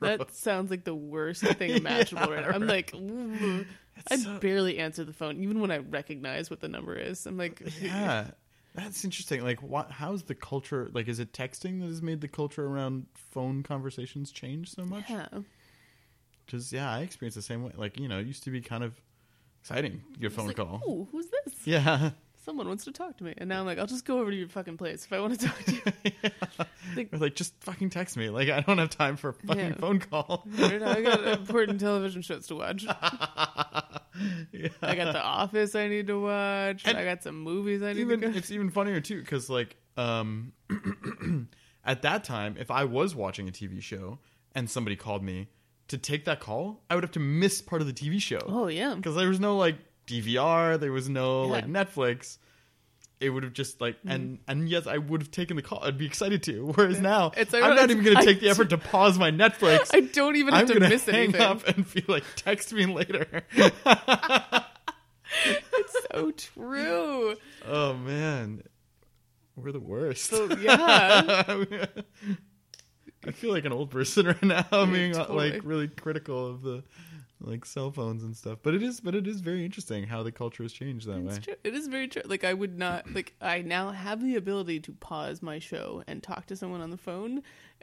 That sounds like the worst thing imaginable right now. I'm like, "Ooh." I
so-
barely answer the phone, even when I recognize what the number is. I'm like,
yeah. That's interesting. Like, what? How's the culture? Like, is it texting that has made the culture around phone conversations change so much?
yeah.
Because yeah, I experienced the same way. Like, you know, it used to be kind of exciting your phone
It's like,
call.
"Ooh, who's this?
Yeah.
Someone wants to talk to me. And now I'm like, I'll just go over to your fucking place if I want to talk to you. Like-
Or like, just fucking text me. Like, I don't have time for a fucking
Yeah.
phone call.
Right now I got important television shows to watch.
yeah.
I got The Office I need to watch.
And
I got some movies I need
even
to go.
it's even funnier too because like um at that time if i was watching a tv show and somebody called me to take that call i would have to miss part of the tv show
Oh yeah,
because there was no like dvr there was no
Yeah. Mm.
like netflix it would have just like and and yes i would have taken the call i'd be excited to whereas now
It's
i'm
ironic-
not even gonna
I
take the
do-
effort to pause my netflix
I don't even
i'm
have to
gonna
miss
hang
anything.
up and be like text me later
So true.
oh man we're the worst
So yeah,
I feel like an old person right now, being uh,
totally.
like really critical of the like cell phones and stuff. But it is, but it is very interesting how the culture has changed that way.
it's true. It is very true. Like I would not like I now have the ability to pause my show and talk to someone on the phone,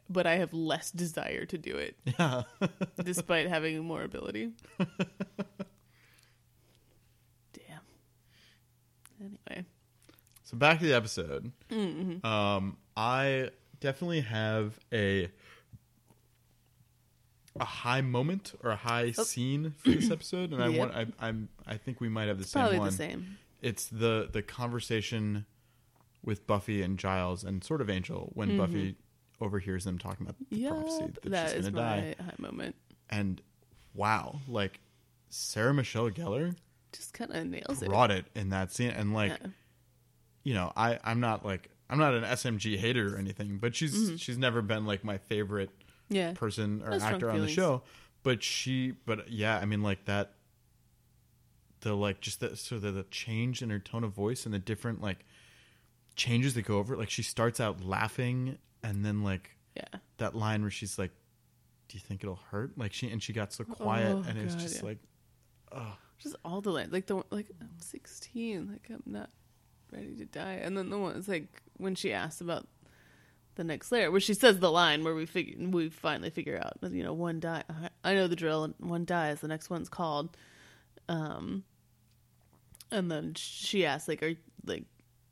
but I have less desire to do it,
Yeah,
despite having more ability. Damn. Anyway,
So back to the episode.
Mm-hmm.
Um, I definitely have a a high moment or a high scene for this episode, and I
Oh. Yep.
want I, I'm I think we might have the same
probably
one.
the same.
It's the the conversation with Buffy and Giles and sort of Angel when Buffy overhears them talking about the
Yeah,
prophecy that,
Mm-hmm. that
she's
is
going to
my
die.
high moment.
And wow, like Sarah Michelle Gellar
Just kind of nails it.
brought it in that scene and like
Yeah.
you know, I I'm not like I'm not an SMG hater or anything, but she's she's never been like my favorite
Mm-hmm. Yeah.
person or
No strong
actor on the
feelings.
show. But she, but yeah, I mean, like that, the like just the sort of the change in her tone of voice and the different like changes that go over. it. Like she starts out laughing and then like
yeah.
that line where she's like, "Do you think it'll hurt?" Like she and she got so quiet
Oh,
and it was
God,
just
yeah.
like,
just all the land like the one like i'm 16 like i'm not ready to die and then the one's like when she asked about the next layer where she says the line where we figure we finally figure out you know one die i know the drill and one dies the next one's called um and then she asks like are like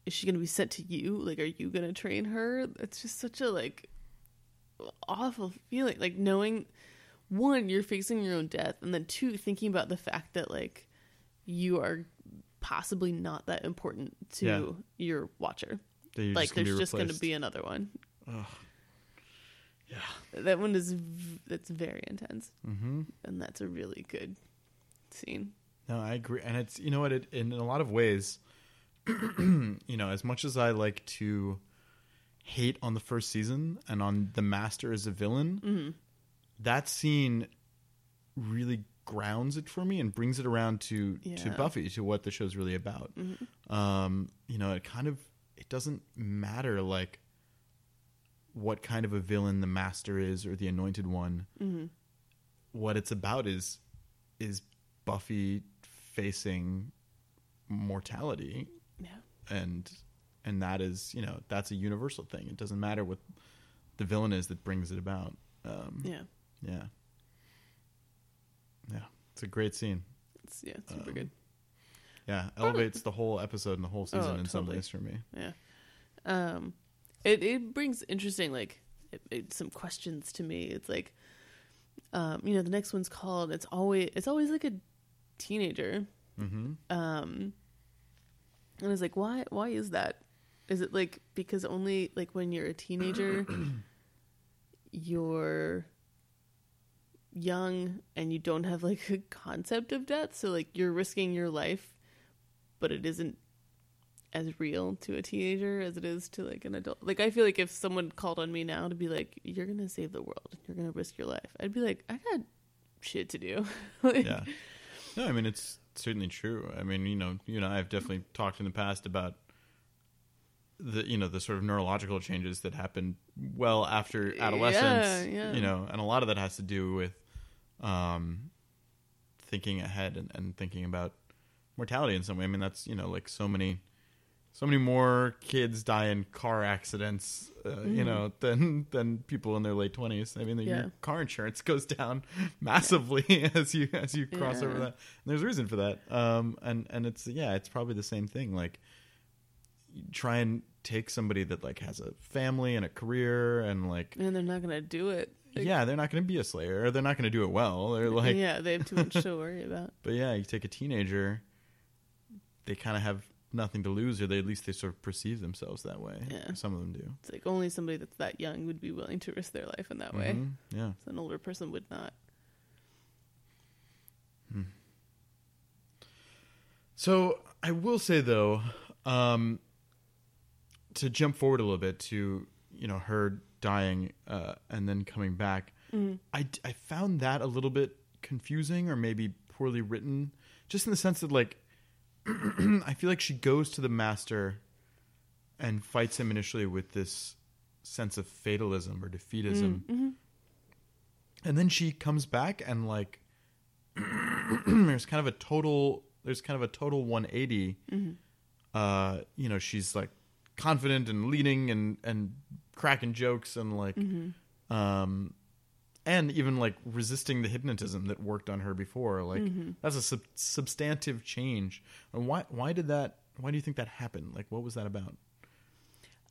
is she gonna be sent to you like are you gonna train her it's just such a like awful feeling like knowing one you're facing your own death and then two thinking about the fact that like you are possibly not that important to
Yeah.
your watcher
that you're
like
just gonna
there's
be
just going to
replaced.
be another one yeah that one is v- that's very intense mm-hmm. and that's a really good scene
No, I agree, and it's you know what it in a lot of ways, you know, as much as I like to hate on the first season and on the master as a villain, that scene really grounds it for me and brings it around to to
Yeah.
Buffy to what the show's really about. Um, you know, it kind of it doesn't matter like what kind of a villain the master is or the anointed one what it's about is is Buffy facing mortality
yeah
and and that is you know that's a universal thing it doesn't matter what the villain is that brings it about um,
yeah
yeah yeah it's a great scene
it's yeah it's
Um.
super good
yeah elevates the whole episode and the whole season in some
totally.
ways for me
yeah um it it brings interesting like it, it, some questions to me it's like um you know the next one's called it's always it's always like a teenager
hmm
um and i was like why why is that is it like because only like when you're a teenager you're young and you don't have like a concept of death so like you're risking your life but it isn't as real to a teenager as it is to like an adult. Like I feel like if someone called on me now to be like, "You're gonna save the world, you're gonna risk your life," I'd be like, "I got shit to do." Like,
yeah. No, I mean it's certainly true. I mean, you know, you know, I've definitely talked in the past about the you know the sort of neurological changes that happen well after adolescence.
yeah.
You know, and a lot of that has to do with um, thinking ahead and, and thinking about mortality in some way. I mean, that's you know, like so many. So many more kids die in car accidents, uh, you know, than than people in their late twenties. I mean,
Mm. Yeah.
your car insurance goes down massively as you as you cross over
Yeah.
that. And there's a reason for that. Um, and and it's yeah, it's probably the same thing. Like try and take somebody that like has a family and a career and like
and they're not gonna do it. Like,
yeah they're not going to be a slayer or they're not going to do it well they're like
yeah, they have too much to worry about.
but yeah you take a teenager they kind of have nothing to lose or they at least they sort of perceive themselves that way
Yeah.
some of them do
It's like only somebody that's that young would be willing to risk their life in that way.
Mhm. yeah
So an older person would not.
So I will say though, um, to jump forward a little bit to you know her dying uh, and then coming back, I I found that a little bit confusing or maybe poorly written, just in the sense that like I feel like she goes to the master and fights him initially with this sense of fatalism or defeatism, and then she comes back and like there's kind of a total there's kind of a total 180 uh you know she's like confident and leading and and cracking jokes and like um and even like resisting the hypnotism that worked on her before like that's a sub- substantive change and why why did that why do you think that happened like what was that about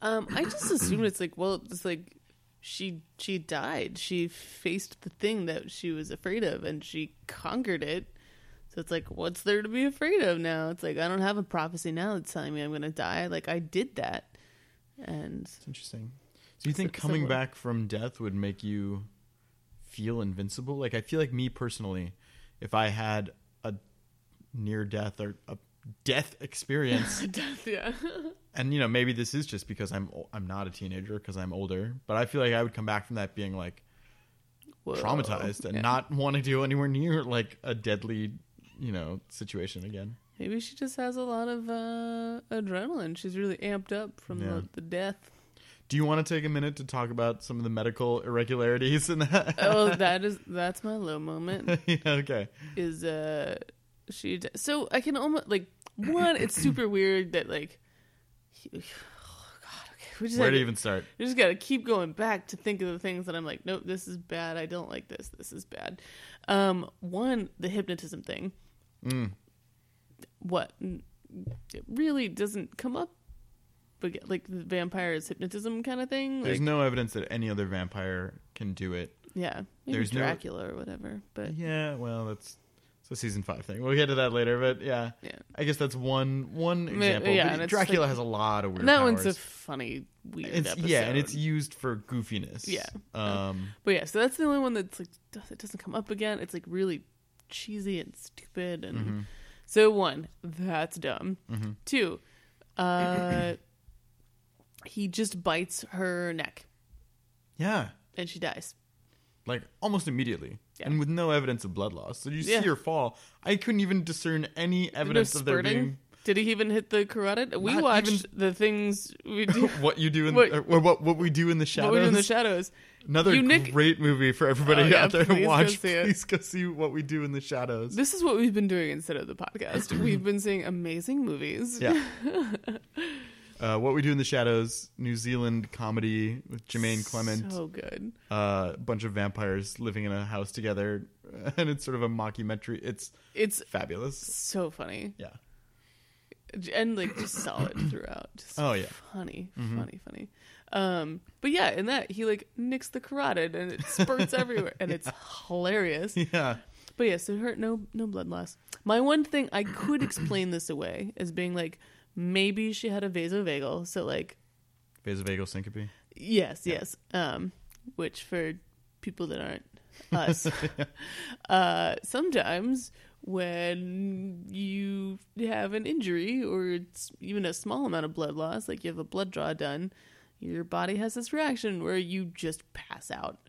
Um, I just assume it's like, well, it's like she she died. She faced the thing that she was afraid of, and she conquered it. So it's like, what's there to be afraid of now? It's like I don't have a prophecy now that's telling me I'm going to die. Like I did that, and
it's interesting so you think
It's
coming
similar.
back from death would make you feel invincible like i feel like me personally if i had a near death or a death experience
death, yeah,
and you know maybe this is just because I'm I'm not a teenager because I'm older, but I feel like I would come back from that being like
Whoa.
traumatized and
Yeah.
not want to go anywhere near like a deadly you know situation again.
Maybe she just has a lot of uh, adrenaline. She's really amped up from
Yeah.
the, the death.
Do you want to take a minute to talk about some of the medical irregularities in that?
Oh, that is that's my low moment.
Yeah, okay.
is uh she d- so I can almost like one it's super weird that like he- oh god okay we just
Where
had
to
to-
even start?
we just gotta keep going back to think of the things that I'm like nope this is bad I don't like this this is bad um one the hypnotism thing
Mm.
what n- it really doesn't come up but like the vampires hypnotism kind of thing
There's
like
no evidence that any other vampire can do it.
yeah maybe
there's no-
Dracula or whatever but
Yeah, well, that's it's a season five thing. We'll get to that later, but yeah,
Yeah.
I guess that's one one
Ma-
example.
yeah,
But
and it's
Dracula
like-
has a lot of weird.
that one's a
powers.
funny weird
it's,
episode
yeah, and it's used for goofiness.
Yeah.
Um,
But yeah, so that's the only one that's like does- it doesn't come up again. It's like really cheesy and stupid and
Mm-hmm.
so one, that's dumb. Two, uh he just bites her neck
yeah.
and she dies.
Like almost immediately.
Yeah.
And with no evidence of blood loss. So you
Yeah.
see her fall. I couldn't even discern any
Did no
evidence of there
spurting?
being
Did he even hit the carotid? We
Not
watched
even-
the things we do
what you do in
What-
or what, what we do in the
what
shadows.
we do in the shadows.
Another
You nick-
great movie for everybody
Oh, yeah,
out there
please
to
go
watch.
see it.
please go see what we do in the shadows.
This is what we've been doing instead of the podcast. We've been seeing amazing movies.
yeah. Uh, what we do in the shadows, New Zealand comedy with Jermaine Clement.
So good.
uh, a bunch of vampires living in a house together, and it's sort of a mockumentary. It's
It's
fabulous.
so funny.
Yeah.
and like just solid throughout. Just
Oh, yeah.
funny, funny, funny. Um, but yeah, in that he like nicks the carotid and it spurts everywhere, and it's hilarious.
Yeah.
But yeah, so her no no blood loss. My one thing I could explain this away as being like maybe she had a vasovagal, so like
Vasovagal syncope.
Yes, yes. Um, which for people that aren't us, uh, sometimes when you have an injury or it's even a small amount of blood loss, like you have a blood draw done, your body has this reaction where you just pass out.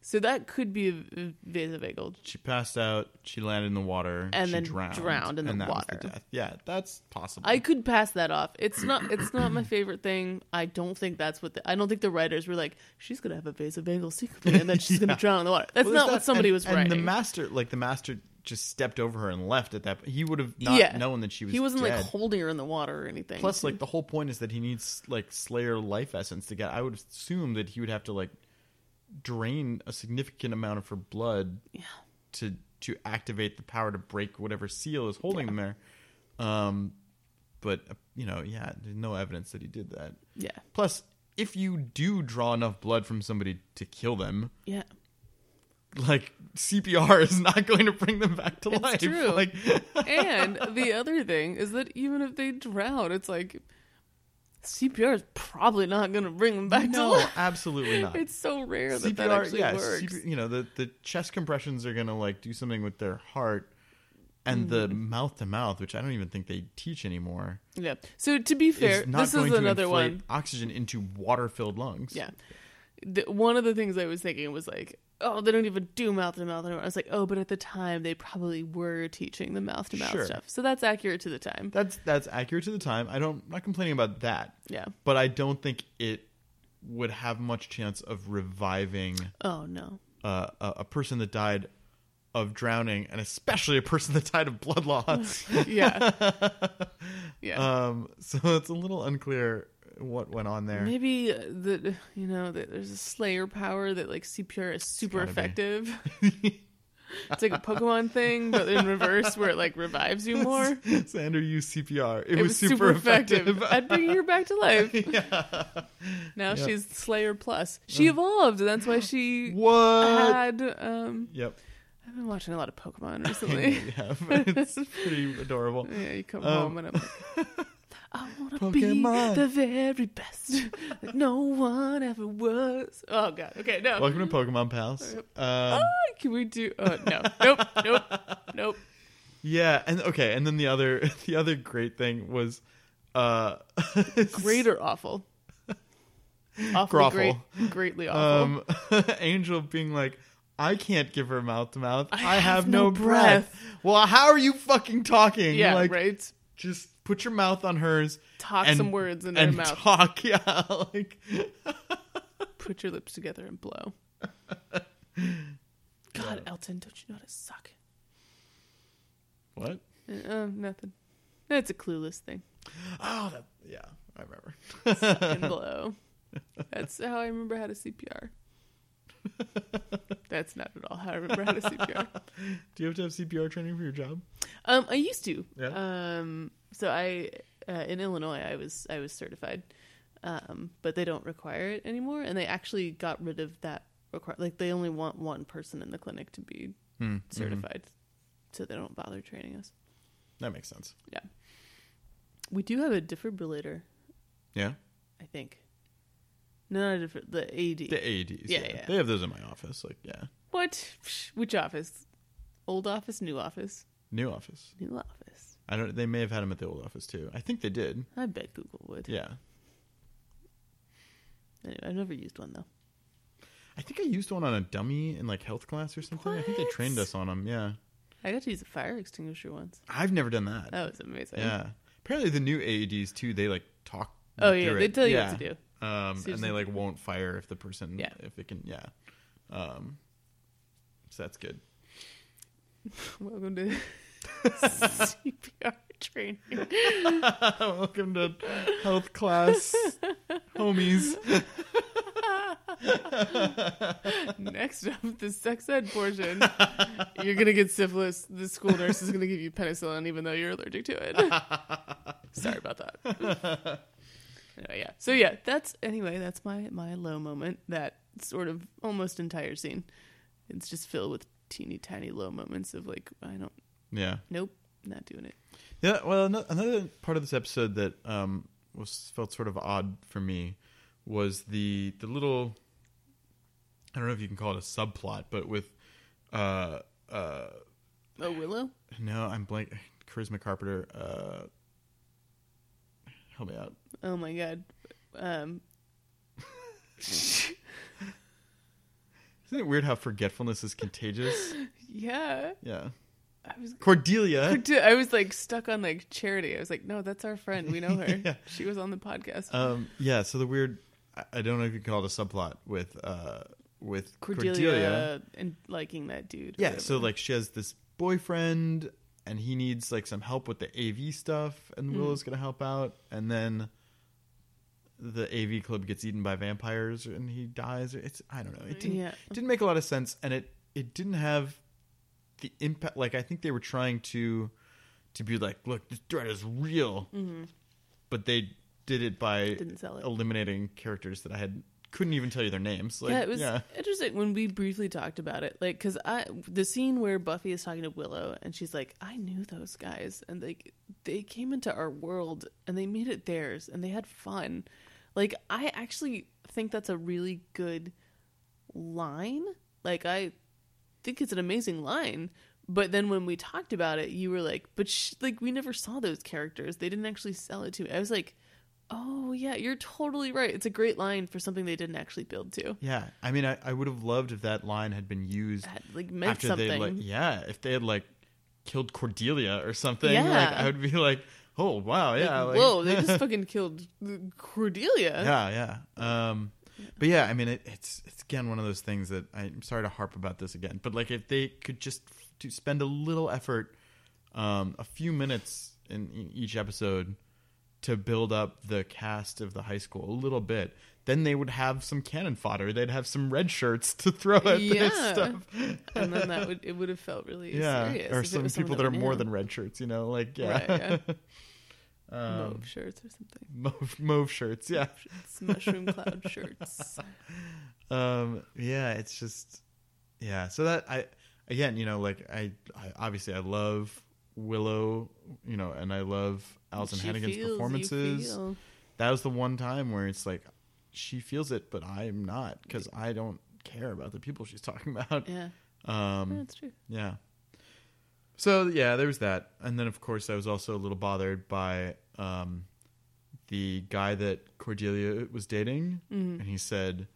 So that could be a vasovagal.
She passed out. She landed in the water.
And
she
then
drowned,
drowned in the
and that was
water.
death. Yeah, that's possible.
I could pass that off. It's not. It's not my favorite thing. I don't think that's what. The, I don't think the writers were like. She's gonna have a vasovagal secretly, and then she's gonna
Yeah.
drown in the water. That's
Well, there's
not
that-
what somebody
and-
was
and
writing.
the master, like the master, just stepped over her and left at that. He would have not known that she was.
He wasn't
dead.
like holding her in the water or anything.
Plus, like the whole point is that he needs like Slayer life essence to get. I would assume that he would have to like drain a significant amount of her blood to to activate the power to break whatever seal is holding them there. Um, but uh, you know, yeah, there's no evidence that he did that.
yeah,
Plus, if you do draw enough blood from somebody to kill them,
yeah.
like CPR is not going to bring them back to life.
true.
Like,
And the other thing is that even if they drown, it's like CPR is probably not gonna bring them back to
no,
life.
absolutely not.
It's so rare that that
CPR,
actually
yeah,
works.
CP you know the the chest compressions are gonna like do something with their heart, and the
Mm.
mouth to mouth, which I don't even think they teach anymore,
Yeah. So to be fair,
is not
this
going
is
to
another
inflate
one.
oxygen into water filled lungs.
Yeah. The, one of the things I was thinking was like, oh, they don't even do mouth to mouth anymore. I was like, oh, but at the time they probably were teaching the mouth to mouth
Sure.
stuff. So that's accurate to the time.
that's that's accurate to the time. I don't I'm not complaining about that.
Yeah.
but I don't think it would have much chance of reviving.
Oh no.
uh, a, a person that died of drowning, and especially a person that died of blood loss.
Yeah.
Uh,
yeah.
um, so it's a little unclear what went on there.
Maybe uh, the you know that there's a Slayer power that like CPR is
gotta
super
be.
effective. it's like a Pokemon thing, but in reverse, where it like revives you more.
Sander used CPR. It,
It was super, effective. at bringing her back to life. Now
Yeah.
she's Slayer Plus. She
Mm.
evolved, and that's why she
what?
had. Um,
Yep.
I've been watching a lot of Pokemon
Yeah,
recently.
but it's pretty adorable.
yeah, you come
Um,
home and I'm like, I wanna be
Pokemon.
the very best that no one ever was. Oh god. Okay, no. Ah,
Welcome to Pokemon Pals. Um,
Can we do? Uh, no, nope, nope, nope.
yeah, and okay, and then the other the other great thing was uh,
Great or awful? Awful,
Groffle.
great, greatly awful.
um, Angel being like, I can't give her mouth to mouth.
I
I,
have
have,
no
no, breath. Well, how are you fucking talking?
yeah,
like,
right.
Just put your mouth on hers.
Talk
and,
some words in
and
her mouth.
Talk, yeah. Like,
Put your lips together and blow. God, Elton, don't you know how to suck?
what?
Uh, uh, nothing. That's a clueless thing.
Oh, that, yeah. I remember.
And blow. That's how I remember how to CPR. That's not at all how I remember how to CPR.
Do you have to have CPR training for your job?
Um, I used to.
Yeah.
Um, so I uh, in Illinois, I was I was certified, um, but they don't require it anymore, and they actually got rid of that require. Like they only want one person in the clinic to be
Hmm, Mm-hmm.
certified, so they don't bother training us.
That makes sense.
Yeah. We do have a defibrillator,
Yeah.
I think. No, not a E different. The AED.
The AEDs.
Yeah,
Yeah,
yeah.
They have those in my office. Like, yeah.
what? Psh, Which office? Old office, new office,
New office.
new office.
I don't. They may have had them at the old office too. I think they did.
I bet Google would.
Yeah.
Anyway, I've never used one though.
I think I used one on a dummy in like health class or something. I think they
What?
trained us on them. Yeah.
I got to use a fire extinguisher once.
I've never done that.
That was amazing.
yeah. Apparently the new AEDs too, they like talk. you
Oh, yeah,
through
they
it.
tell you what to do.
Um,
So you
and
just-
they like won't fire if the person
Yeah.
if they can yeah. Um, so that's good.
Welcome to CPR training.
Welcome to health class, homies.
Next up, the sex ed portion. You're gonna get syphilis. The school nurse is gonna give you penicillin, even though you're allergic to it. Sorry about that. Anyway, yeah. So yeah, that's anyway. That's my my low moment. That sort of almost entire scene. It's just filled with teeny tiny low moments of like, I don't.
Yeah.
Nope, not doing it.
Yeah, well, ano- another part of this episode that um, was felt sort of odd for me was the the little I don't know if you can call it a subplot, but with uh, uh,
Oh, Willow?
No, I'm blank. Charisma Carpenter. Uh, help me out.
Oh my god. Um,
Isn't it weird how forgetfulness is contagious?
yeah.
Yeah.
I was
Cordelia.
I was like stuck on like charity. I was like, no, that's our friend. We know her.
Yeah.
She was on the podcast.
Um, yeah. So the weird. I, I don't know if you call it a subplot with uh, with
Cordelia,
Cordelia.
and liking that dude. or
Yeah. So
whatever.
like she has this boyfriend, and he needs like some help with the AV stuff, and
Mm-hmm.
Willow's gonna help out, and then the AV club gets eaten by vampires, and he dies. It's I don't know. It didn't
Yeah.
it didn't make a lot of sense, and it it didn't have the impact. Like I think they were trying to to be like, look, this threat is real, but they did it by
Mm-hmm. Didn't sell it.
eliminating characters that I had couldn't even tell you their names. Like,
yeah, it was interesting when we briefly talked about it, like because I the scene where Buffy is talking to Willow and she's like, "I knew those guys, and like they came into our world and they made it theirs, and they had fun." Like I actually think that's a really good line. Like I think it's an amazing line, but then when we talked about it, you were like, "But sh- like we never saw those characters. They didn't actually sell it to me." I was like. Oh yeah, you're totally right. It's a great line for something they didn't actually build to.
Yeah, I mean, I, I would have loved if that line had been used
had like meant something.
they like, yeah, if they had like killed Cordelia or something. Like,
Yeah.
I would be like, oh wow, yeah, like,
Whoa, they just fucking killed Cordelia.
yeah, yeah. Um, but yeah, I mean, it, it's it's again one of those things that I'm sorry to harp about this again, but like if they could just f- to spend a little effort, um, a few minutes in, in each episode to build up the cast of the high school a little bit. Then they would have some cannon fodder. They'd have some red shirts to throw at this
Yeah.
stuff.
And then that would it would have felt really serious.
or
if it
some
was
people
someone
that are
we
more
knew.
than red shirts, you know, like
Right,
yeah, um,
mauve shirts or something.
mauve, mauve shirts, yeah,
It's mushroom cloud shirts.
um, yeah. It's just yeah. So that I again, you know, like I, I obviously I love Willow, you know, and I love Alison
She
Hannigan's
feels, you
performances.
feel.
That was the one time where it's like she feels it, but I'm not because I don't care about the people she's talking about.
Yeah,
Um,
Yeah, that's true.
Yeah. So yeah, there was that, and then of course I was also a little bothered by um, the guy that Cordelia was dating, and
Mm-hmm.
he said,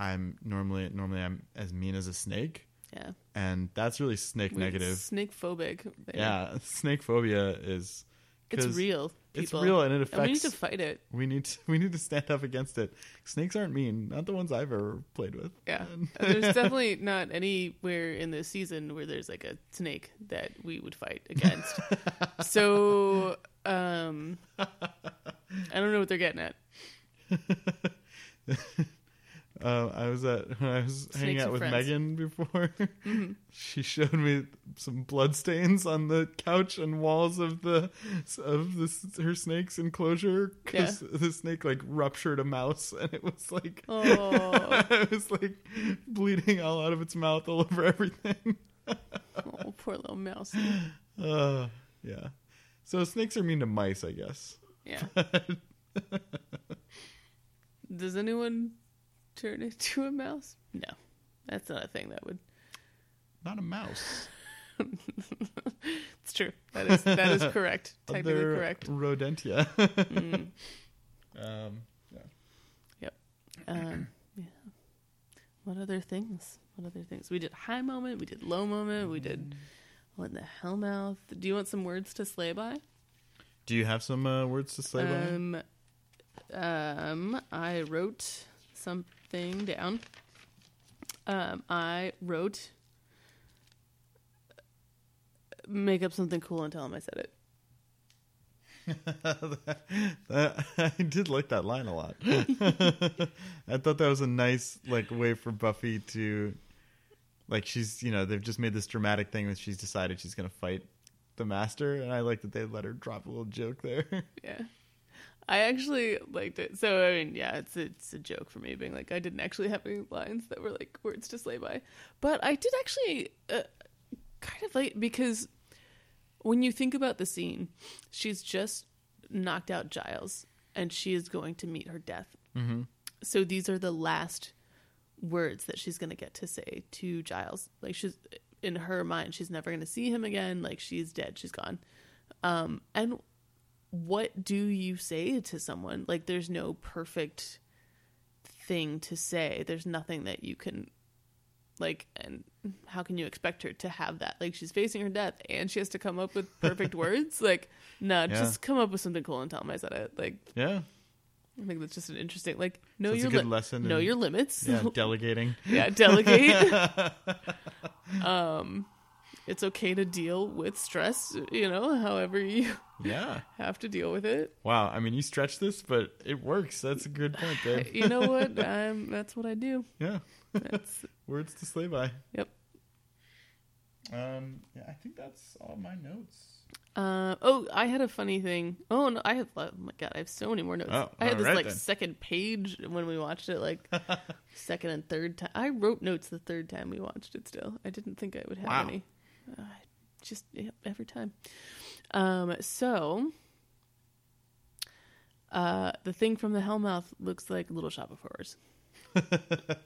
"I'm normally normally I'm as mean as a snake,"
Yeah,
and that's really snake
Weird
negative.
Snake phobic. there.
yeah, snake phobia is
it's
'cause
real. People.
it's real and it
we need
affects-
to fight it.
We need to, we need to stand up against it. Snakes aren't mean, not the ones I've ever played with.
Yeah, there's definitely not anywhere in this season where there's like a snake that we would fight against. so, um, I don't know what they're getting at.
Uh, I was at when I was hanging
Snakes
out
are
with
friends. Mm-hmm.
Megan before. She showed me some bloodstains on the couch and walls of the of the s- her snake's enclosure because the snake like ruptured a mouse and it was like
Oh,
it was like bleeding all out of its mouth all over everything.
oh, poor little mouse.
Uh, yeah, so snakes are mean to mice, I guess.
Yeah. Does anyone turn into a mouse? No, that's not a thing that would.
Not a mouse.
It's true. That is that is correct. Technically
Other
correct. Mm.
Rodentia. um, yeah.
Um, yeah. What other things? What other things? We did high moment. We did low moment. We did what in the hell mouth? Do you want some words to slay by?
Do you have some uh, words to say about it?
Um, um, I wrote something down. Um, I wrote make up something cool and tell him I said it.
That- I did like that line a lot. I thought that was a nice like way for Buffy to like she's you know they've just made this dramatic thing that she's decided she's gonna fight the master and I like that they let her drop a little joke there.
Yeah. I actually liked it. So I mean, yeah, it's it's a joke for me being like I didn't actually have any lines that were like words to slay by, but I did actually uh, kind of like because when you think about the scene, she's just knocked out Giles and she is going to meet her death. Mm-hmm. So these are the last words that she's going to get to say to Giles. Like she's in her mind she's never going to see him again like she's dead she's gone um and what do you say to someone like there's no perfect thing to say there's nothing that you can like and how can you expect her to have that like she's facing her death and she has to come up with perfect words like no
Yeah.
just come up with something cool and tell him i said it like
Yeah.
i think that's just an interesting like know
So it's a
your
good lesson
know
in-
your limits
Yeah. Delegating.
yeah delegate um it's okay to deal with stress you know however you
Yeah.
have to deal with it
Wow. I mean, you stretch this, but it works. That's a good point, babe.
you know what i'm that's what i do
Yeah.
that's
Words to slay by.
yep
Um, yeah, I think that's all my notes.
Uh, oh, I had a funny thing. Oh no, I have. Oh my god, I have so many more notes.
Oh,
I had
all
this
right
like
then.
second page when we watched it, like second and third time. I wrote notes the third time we watched it. Still, I didn't think I would have
Wow.
any. Uh, just yeah, every time. Um, so. Uh, the thing from the Hellmouth looks like Little Shop of Horrors.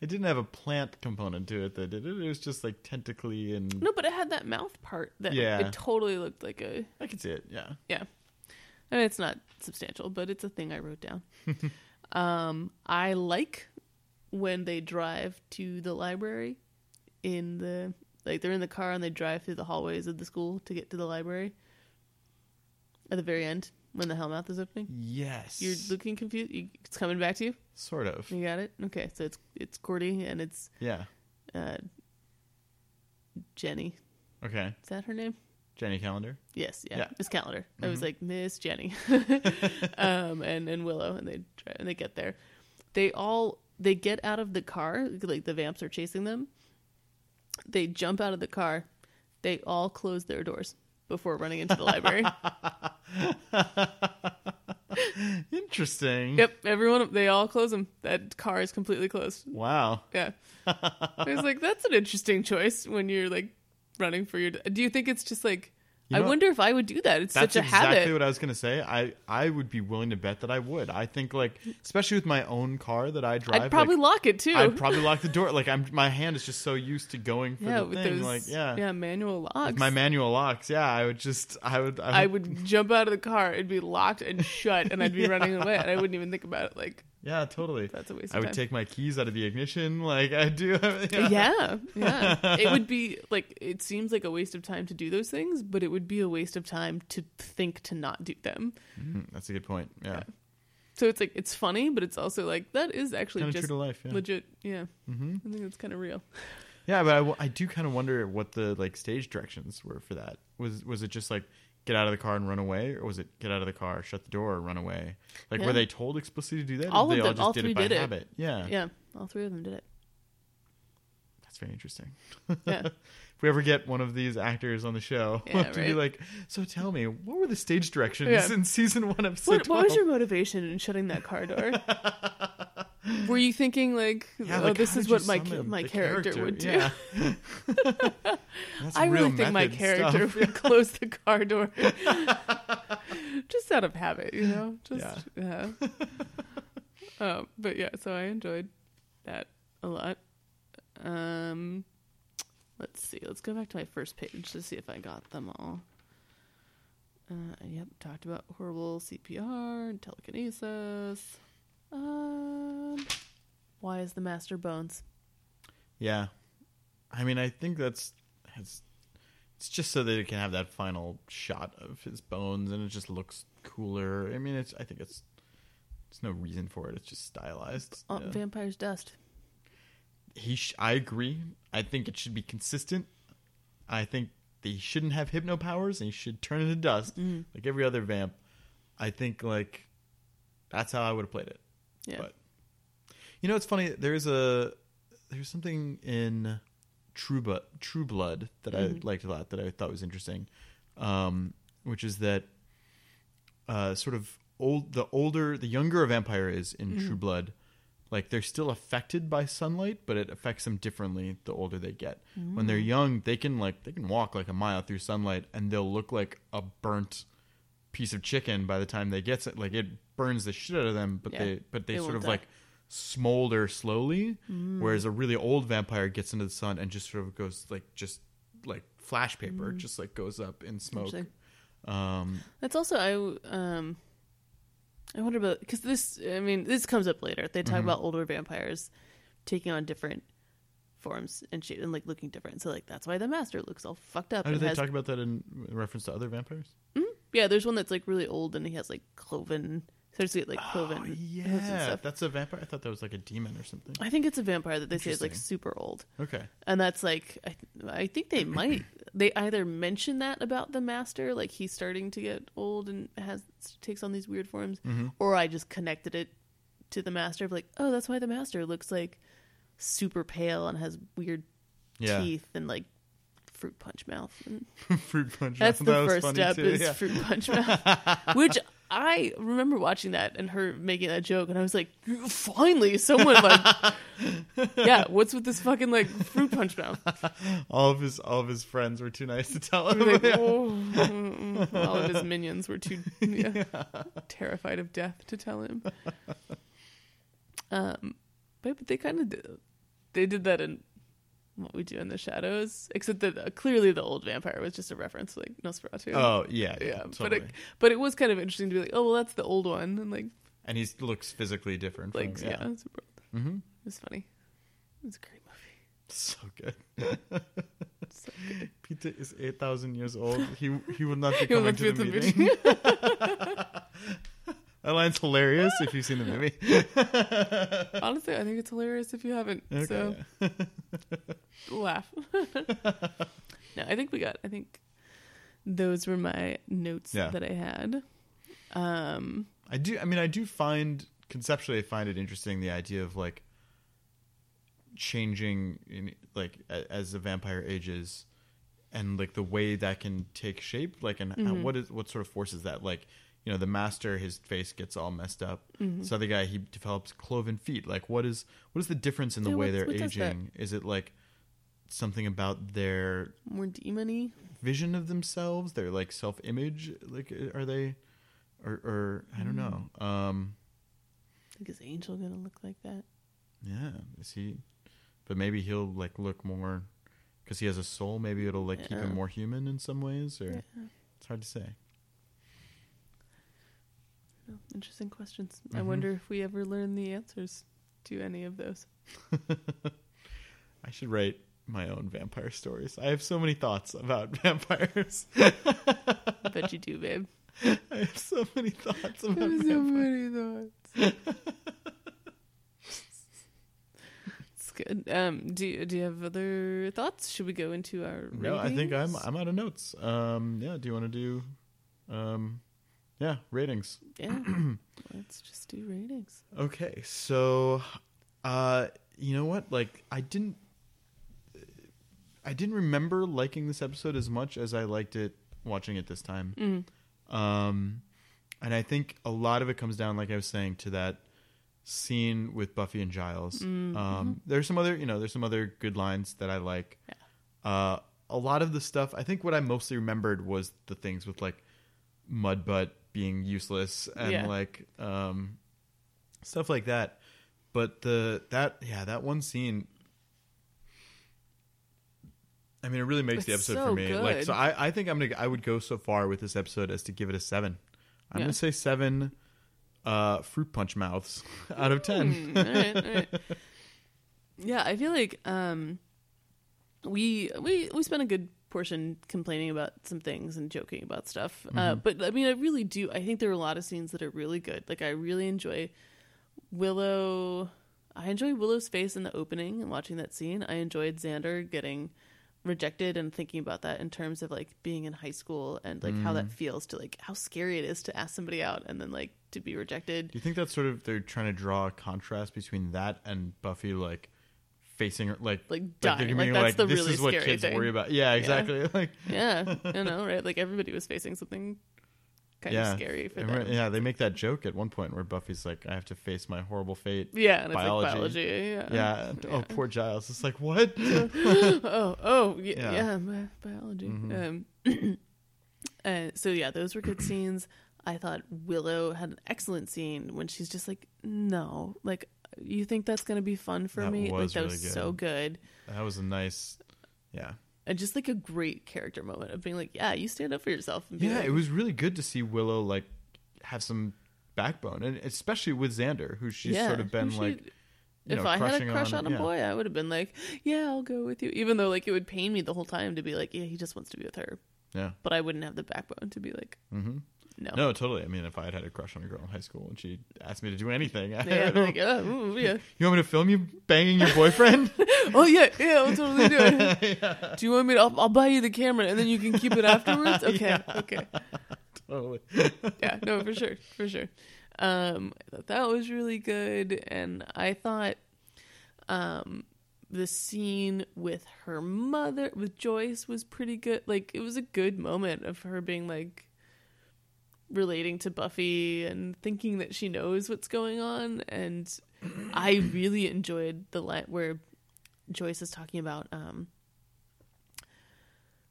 It didn't have a plant component to it, though, did it? It was just like tentacly and
No, but it had that mouth part that
Yeah.
it totally looked like a
I could see it. Yeah.
Yeah. I mean, it's not substantial, but it's a thing I wrote down. um, I like when they drive to the library in the like they're in the car and they drive through the hallways of the school to get to the library. At the very end, when the hellmouth is opening,
Yes.
you're looking confused. You, it's coming back to you.
sort of.
You got it. Okay, so it's it's Cordy and it's
Yeah.
uh, Jenny.
Okay.
Is that her name?
Jenny Calendar.
Yes, yeah,
Yeah. Mm-hmm.
Miss Calendar. I was like Miss Jenny, um, and and Willow, and they try, and they get there. They all they get out of the car. Like the vamps are chasing them. They jump out of the car. They all close their doors before running into the library.
Interesting.
yep, everyone. They all close them. That car is completely closed.
Wow.
Yeah, I was like, that's an interesting choice when you're like running for your. Do you think it's just like?
You
I
know-
wonder if I would do that. It's
That's
such a
exactly
habit.
what I was gonna say. I I would be willing to bet that I would. I think like especially with my own car that I drive.
I'd probably
like,
lock it too.
I'd probably lock the door. Like I'm, my hand is just so used to going for
yeah,
the
with
thing.
those
like yeah,
manual locks.
my manual locks. Yeah, I would just, I would, I would,
I would jump out of the car, it'd be locked and shut, and I'd be running away, and I wouldn't even think about it. Like,
yeah, totally.
That's a waste
I
of
would
time.
take my keys out of the ignition. Like I do. Yeah.
yeah, yeah, it would be like it seems like a waste of time to do those things, but it would be a waste of time to think to not do them.
Mm, That's a good point. Yeah.
So it's like it's funny, but it's also like that is actually
Kinda true
just
to life, yeah. Mm-hmm.
legit. Yeah, I think it's kind of real.
Yeah, but I w- I, do kind of wonder what the like stage directions were for that. Was was it just like get out of the car and run away, or was it get out of the car, shut the door, run away? Like
Yeah.
were they told explicitly to do that? or
All
they
of
all
them,
just
all
did
three
it by
did it.
habit. Yeah.
Yeah, all three of them did it.
that's very interesting.
Yeah.
if we ever get one of these actors on the show,
Yeah,
to be
right.
like, so tell me, what were the stage directions
Yeah.
in season one, episode
What, what was
12?
your motivation in shutting that car door? Were you thinking like,
Yeah,
oh,
like,
this
how
is
did you
what my ca-
summon
my
the
character, would do?
Yeah. That's
I really
real
think my
method
character
stuff.
would close the car door just out of habit, you know. Just yeah. um, but yeah, so I enjoyed that a lot. Um, let's see. Let's go back to my first page to see if I got them all. Uh, yep, talked about horrible CPR and telekinesis. Um, why is the master bones?
Yeah. I mean, I think that's it's, it's just so that it can have that final shot of his bones and it just looks cooler. I mean, it's I think it's there's no reason for it. It's just stylized.
Oh,
Yeah.
Vampire's dust.
He sh- I agree. I think it should be consistent. I think that he shouldn't have hypno powers and he should turn into dust like every other vamp. I think like that's how I would have played it.
Yeah.
But you know, it's funny. There's a there's something in True, Bu- True Blood that I liked a lot that I thought was interesting, um, which is that uh, sort of old the older the younger a vampire is in
Mm-hmm.
True Blood, like they're still affected by sunlight, but it affects them differently the older they get. When
Mm.
they're young, they can like they can walk like a mile through sunlight and they'll look like a burnt piece of chicken by the time they get it. Like it burns the shit out of them, but
Yeah.
they but they
They
sort
won't
of
die.
like smolder slowly,
Mm.
whereas a really old vampire gets into the sun and just sort of goes like just like flash paper,
Mm.
just like goes up in smoke.
Interesting.
Um,
That's also I um I wonder about because this I mean this comes up later. They
Mm-hmm.
talk about older vampires taking on different forms and shape and like looking different. So like that's why the master looks all fucked up.
how do
and
they
has,
talk about that in reference to other vampires?
yeah, there's one that's like really old and he has like cloven. Starts to get like cloven.
Oh,
hooves and
yeah,
stuff.
that's a vampire. I thought that was like a demon or something.
I think it's a vampire that they say is like
Interesting.
super old.
Okay,
and that's like I, th- I think they might they either mention that about the master like he's starting to get old and has takes on these weird forms
Mm-hmm.
or i just connected it to the master of like oh that's why the master looks like super pale and has weird
yeah.
teeth and like fruit punch mouth and
fruit punch.
that's
That
the
was
first
funny,
step
too,
is
yeah.
fruit punch mouth which i remember watching that and her making that joke and i was like finally someone like yeah what's with this fucking like fruit punch mouth
all of his all of his friends were too nice to tell him.
Like, oh, all of his minions were too yeah, terrified of death to tell him. Um, but, but they kind of did, they did that in what we do in the shadows, except that uh, clearly the old vampire was just a reference to like Nosferatu.
Oh yeah,
yeah, but
totally.
it but it was kind of interesting to be like, oh well, that's the old one, and like
and he looks physically different. From,
like yeah,
yeah,
it's super old.
Mhm.
It was funny. It was a great movie.
so good.
So good.
Peter is eight thousand years old. He he will not be
He will
coming to
not
the,
be at the
meeting. that line's hilarious if you've seen the movie.
Honestly, I think it's hilarious if you haven't. So.
Okay.
laugh. no, I think we got. I think those were my notes
Yeah.
that I had. Um,
I do. I mean, I do find conceptually, I find it interesting the idea of like changing, in, like a, as the vampire ages, and like the way that can take shape, like and
Mm-hmm.
how, what is what sort of forces that, like you know, the master his face gets all messed up.
Mm-hmm.
This other guy he develops cloven feet. Like, what is what is the difference in the
Yeah,
way
what's-
they're
what does that?
aging? Is it like something about their
more demony.
vision of themselves, their like self image? Like, are they, or, or I
Mm.
don't know. Um,
I think is Angel gonna look like that?
yeah, is he? But maybe he'll like look more because he has a soul. Maybe it'll like keep
Yeah.
him more human in some ways, or it's hard to say.
No, interesting questions. I
Mm-hmm.
wonder if we ever learn the answers to any of those.
I should write my own vampire stories. I have so many thoughts about vampires.
I bet you do, babe.
I have so many thoughts
I
about
have so
vampires.
many thoughts. It's good. Um, do you, do you have other thoughts? Should we go into our?
No, I think I'm
ratings?
I'm out of notes. Um, yeah, do you want to do, um, yeah, ratings.
Yeah. Let's just do ratings.
Okay, so uh you know what? Like I didn't I didn't remember liking this episode as much as I liked it watching it this time. Um and I think a lot of it comes down like I was saying to that scene with Buffy and Giles. Um there's some other, you know, there's some other good lines that I like. Uh a lot of the stuff, I think what I mostly remembered was the things with like Mudbutt being useless and
Yeah.
like um stuff like that. But the that yeah that one scene. I mean, it really makes the
It's
episode
so
for me. Like,
good.
so I, I think I'm gonna I would go so far with this episode as to give it a seven. I'm
Yeah.
gonna say seven uh, fruit punch mouths out of ten.
all right, all right. Yeah, I feel like um, we we we spent a good portion complaining about some things and joking about stuff. Uh, but I mean, I really do. I think there are a lot of scenes that are really good. Like I really enjoy Willow. I enjoy Willow's face in the opening and watching that scene. I enjoyed Xander getting rejected and thinking about that in terms of like being in high school and like how that feels to like how scary it is to ask somebody out and then like to be rejected.
Do you think that's sort of they're trying to draw a contrast between that and Buffy like facing her like
Like,
they're
dying.
being
Like, that's the
this
really
is what
scary
kids
thing.
worry about. Yeah, exactly. Like
yeah, I know, right? Like everybody was facing something kind
yeah,
of scary for
I remember-
them. Yeah,
Yeah, they make that joke at one point where Buffy's like, "I have to face my horrible fate."
and it's like biology. Yeah.
Yeah. and- Oh, poor Giles. It's like what?
Oh, oh, yeah,
Yeah. Mm-hmm.
yeah. bi- biology. Um, uh, so yeah, those were good scenes. I thought Willow had an excellent scene when she's just like, "No, like You think that's gonna be fun for
That
me? like
was
that
really
was so
good.
good,
That was a nice, yeah,
and just like a great character moment of being like, yeah, you stand up for yourself. And be
yeah.
like,
It was really good to see Willow like have some backbone, and especially with Xander, who she's
yeah,
sort of been
you
like.
should-
you
if
know,
I had a
crushing
crush
on-
on, a
yeah.
boy, I would have been like, yeah, I'll go with you, even though like it would pain me the whole time to be like, yeah, he just wants to be with her,
Yeah.
but I wouldn't have the backbone to be like,
Mhm.
no,
No, totally. I mean, if I had had a crush on a girl in high school and she asked me to do anything,
Yeah, I'd be like, oh, ooh, yeah.
you want me to film you banging your boyfriend?
oh yeah, yeah, I'll totally do it. Do you want me to? I'll, I'll buy you the camera, and then you can keep it afterwards. Okay, okay,
totally.
yeah, no, for sure, for sure. Um, I thought that was really good, and I thought, um, the scene with her mother with Joyce was pretty good. Like it was a good moment of her being like relating to Buffy and thinking that she knows what's going on. And I really enjoyed the line where Joyce is talking about, um,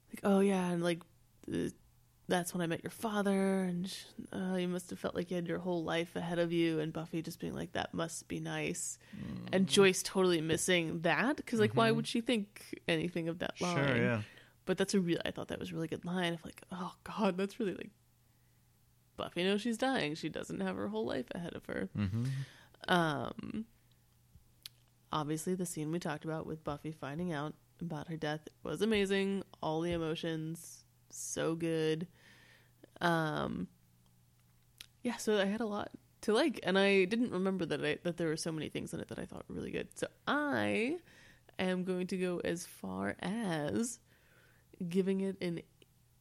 like, oh yeah, and like, uh, that's when I met your father, and sh uh, you must have felt like you had your whole life ahead of you. And Buffy just being like, that must be nice.
Mm.
And Joyce totally missing that because, like, why would she think anything of that line?
Mm-hmm. Sure, yeah.
But that's a real. I thought that was a really good line. Of like, oh god, that's really like. Buffy knows she's dying. She doesn't have her whole life ahead of
Hmm.
her.
Mm-hmm.
Um. Obviously, the scene we talked about with Buffy finding out about her death was amazing. All the emotions, so good. Um. Yeah, so I had a lot to like, and I didn't remember that I that there were so many things in it that I thought were really good. So I am going to go as far as giving it an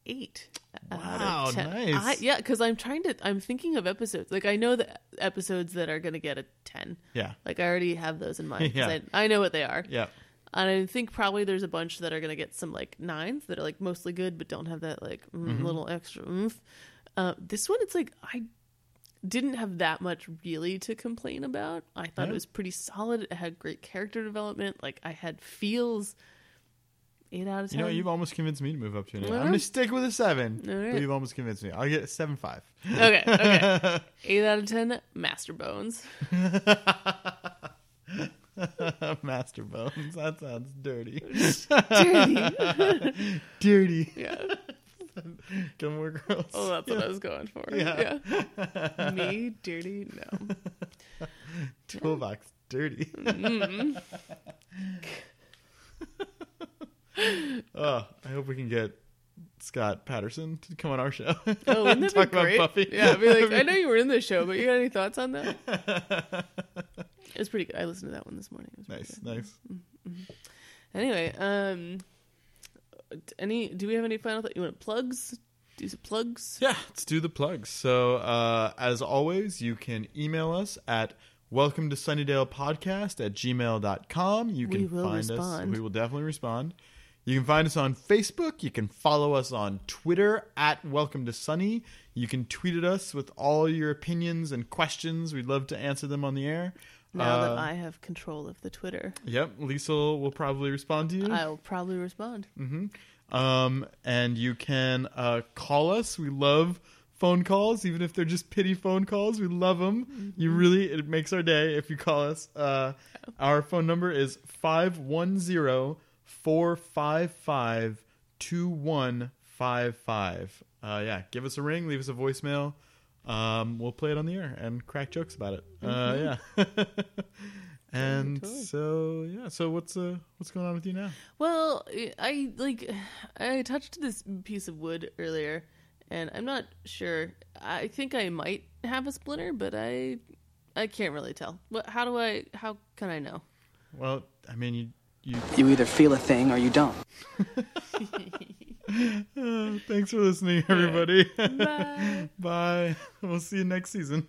eight out
Wow,
of ten.
nice.
I, yeah, because I'm trying to. I'm thinking of episodes. Like I know the episodes that are going to get a ten.
Yeah.
Like I already have those in mind. 'cause
Yeah.
I, I know what they are.
Yeah.
And I think probably there's a bunch that are going to get some like nines that are like mostly good but don't have that like mm,
Mm-hmm.
little extra oomph. Uh, this one, it's like I didn't have that much really to complain about. I thought
Yeah.
it was pretty solid. It had great character development. Like I had feels. Eight out of
You know,
ten.
you've almost convinced me to move up to an eight.
Well.
I'm gonna stick with a seven,
All right.
but you've almost convinced me. I'll get a seven five.
okay, okay. Eight out of ten. Master Bones.
Master Bones. That sounds dirty.
Dirty.
dirty.
yeah.
Gilmore Girls.
Oh, that's what I was going for.
Yeah.
yeah. Me dirty. No.
Toolbox. Dirty.
Mm-hmm.
oh, I hope we can get Scott Patterson to come on our show.
Oh, wouldn't that
Talk
be
about
great?
Buffy.
Yeah, I'd be like, I know you were in the show, but you got any thoughts on that? it was pretty good. I listened to that one this morning. It was pretty
nice,
good.
nice.
Anyway, um, d- any? Do we have any final thought? You want plugs? Do some plugs?
Yeah, let's do the plugs. So, uh, as always, you can email us at welcome to Sunnydale podcast at gmail.com. You
We
can
will
find
respond.
us. We will definitely respond. You can find us on Facebook. You can follow us on Twitter at welcome to Sunny. You can tweet at us with all your opinions and questions. We'd love to answer them on the air.
Now
Uh,
that I have control of the Twitter,
Yep, Lisa will probably respond to you.
I'll probably respond.
Mm. Um, and you can uh, call us. We love phone calls, even if they're just pity phone calls. We love them. You really, it makes our day if you call us. Uh, our phone number is 510 455 2155. Uh, Yeah, give us a ring, leave us a voicemail. Um, we'll play it on the air and crack jokes about it. Uh, yeah. and
totally.
so yeah, so what's uh, what's going on with you now?
Well, I like I touched this piece of wood earlier, and I'm not sure. I think I might have a splinter, but I I can't really tell. What? How do I? How can I know?
Well, I mean, you you
You either feel a thing or you don't.
Uh, thanks for listening, everybody.
Bye.
Bye. We'll see you next season.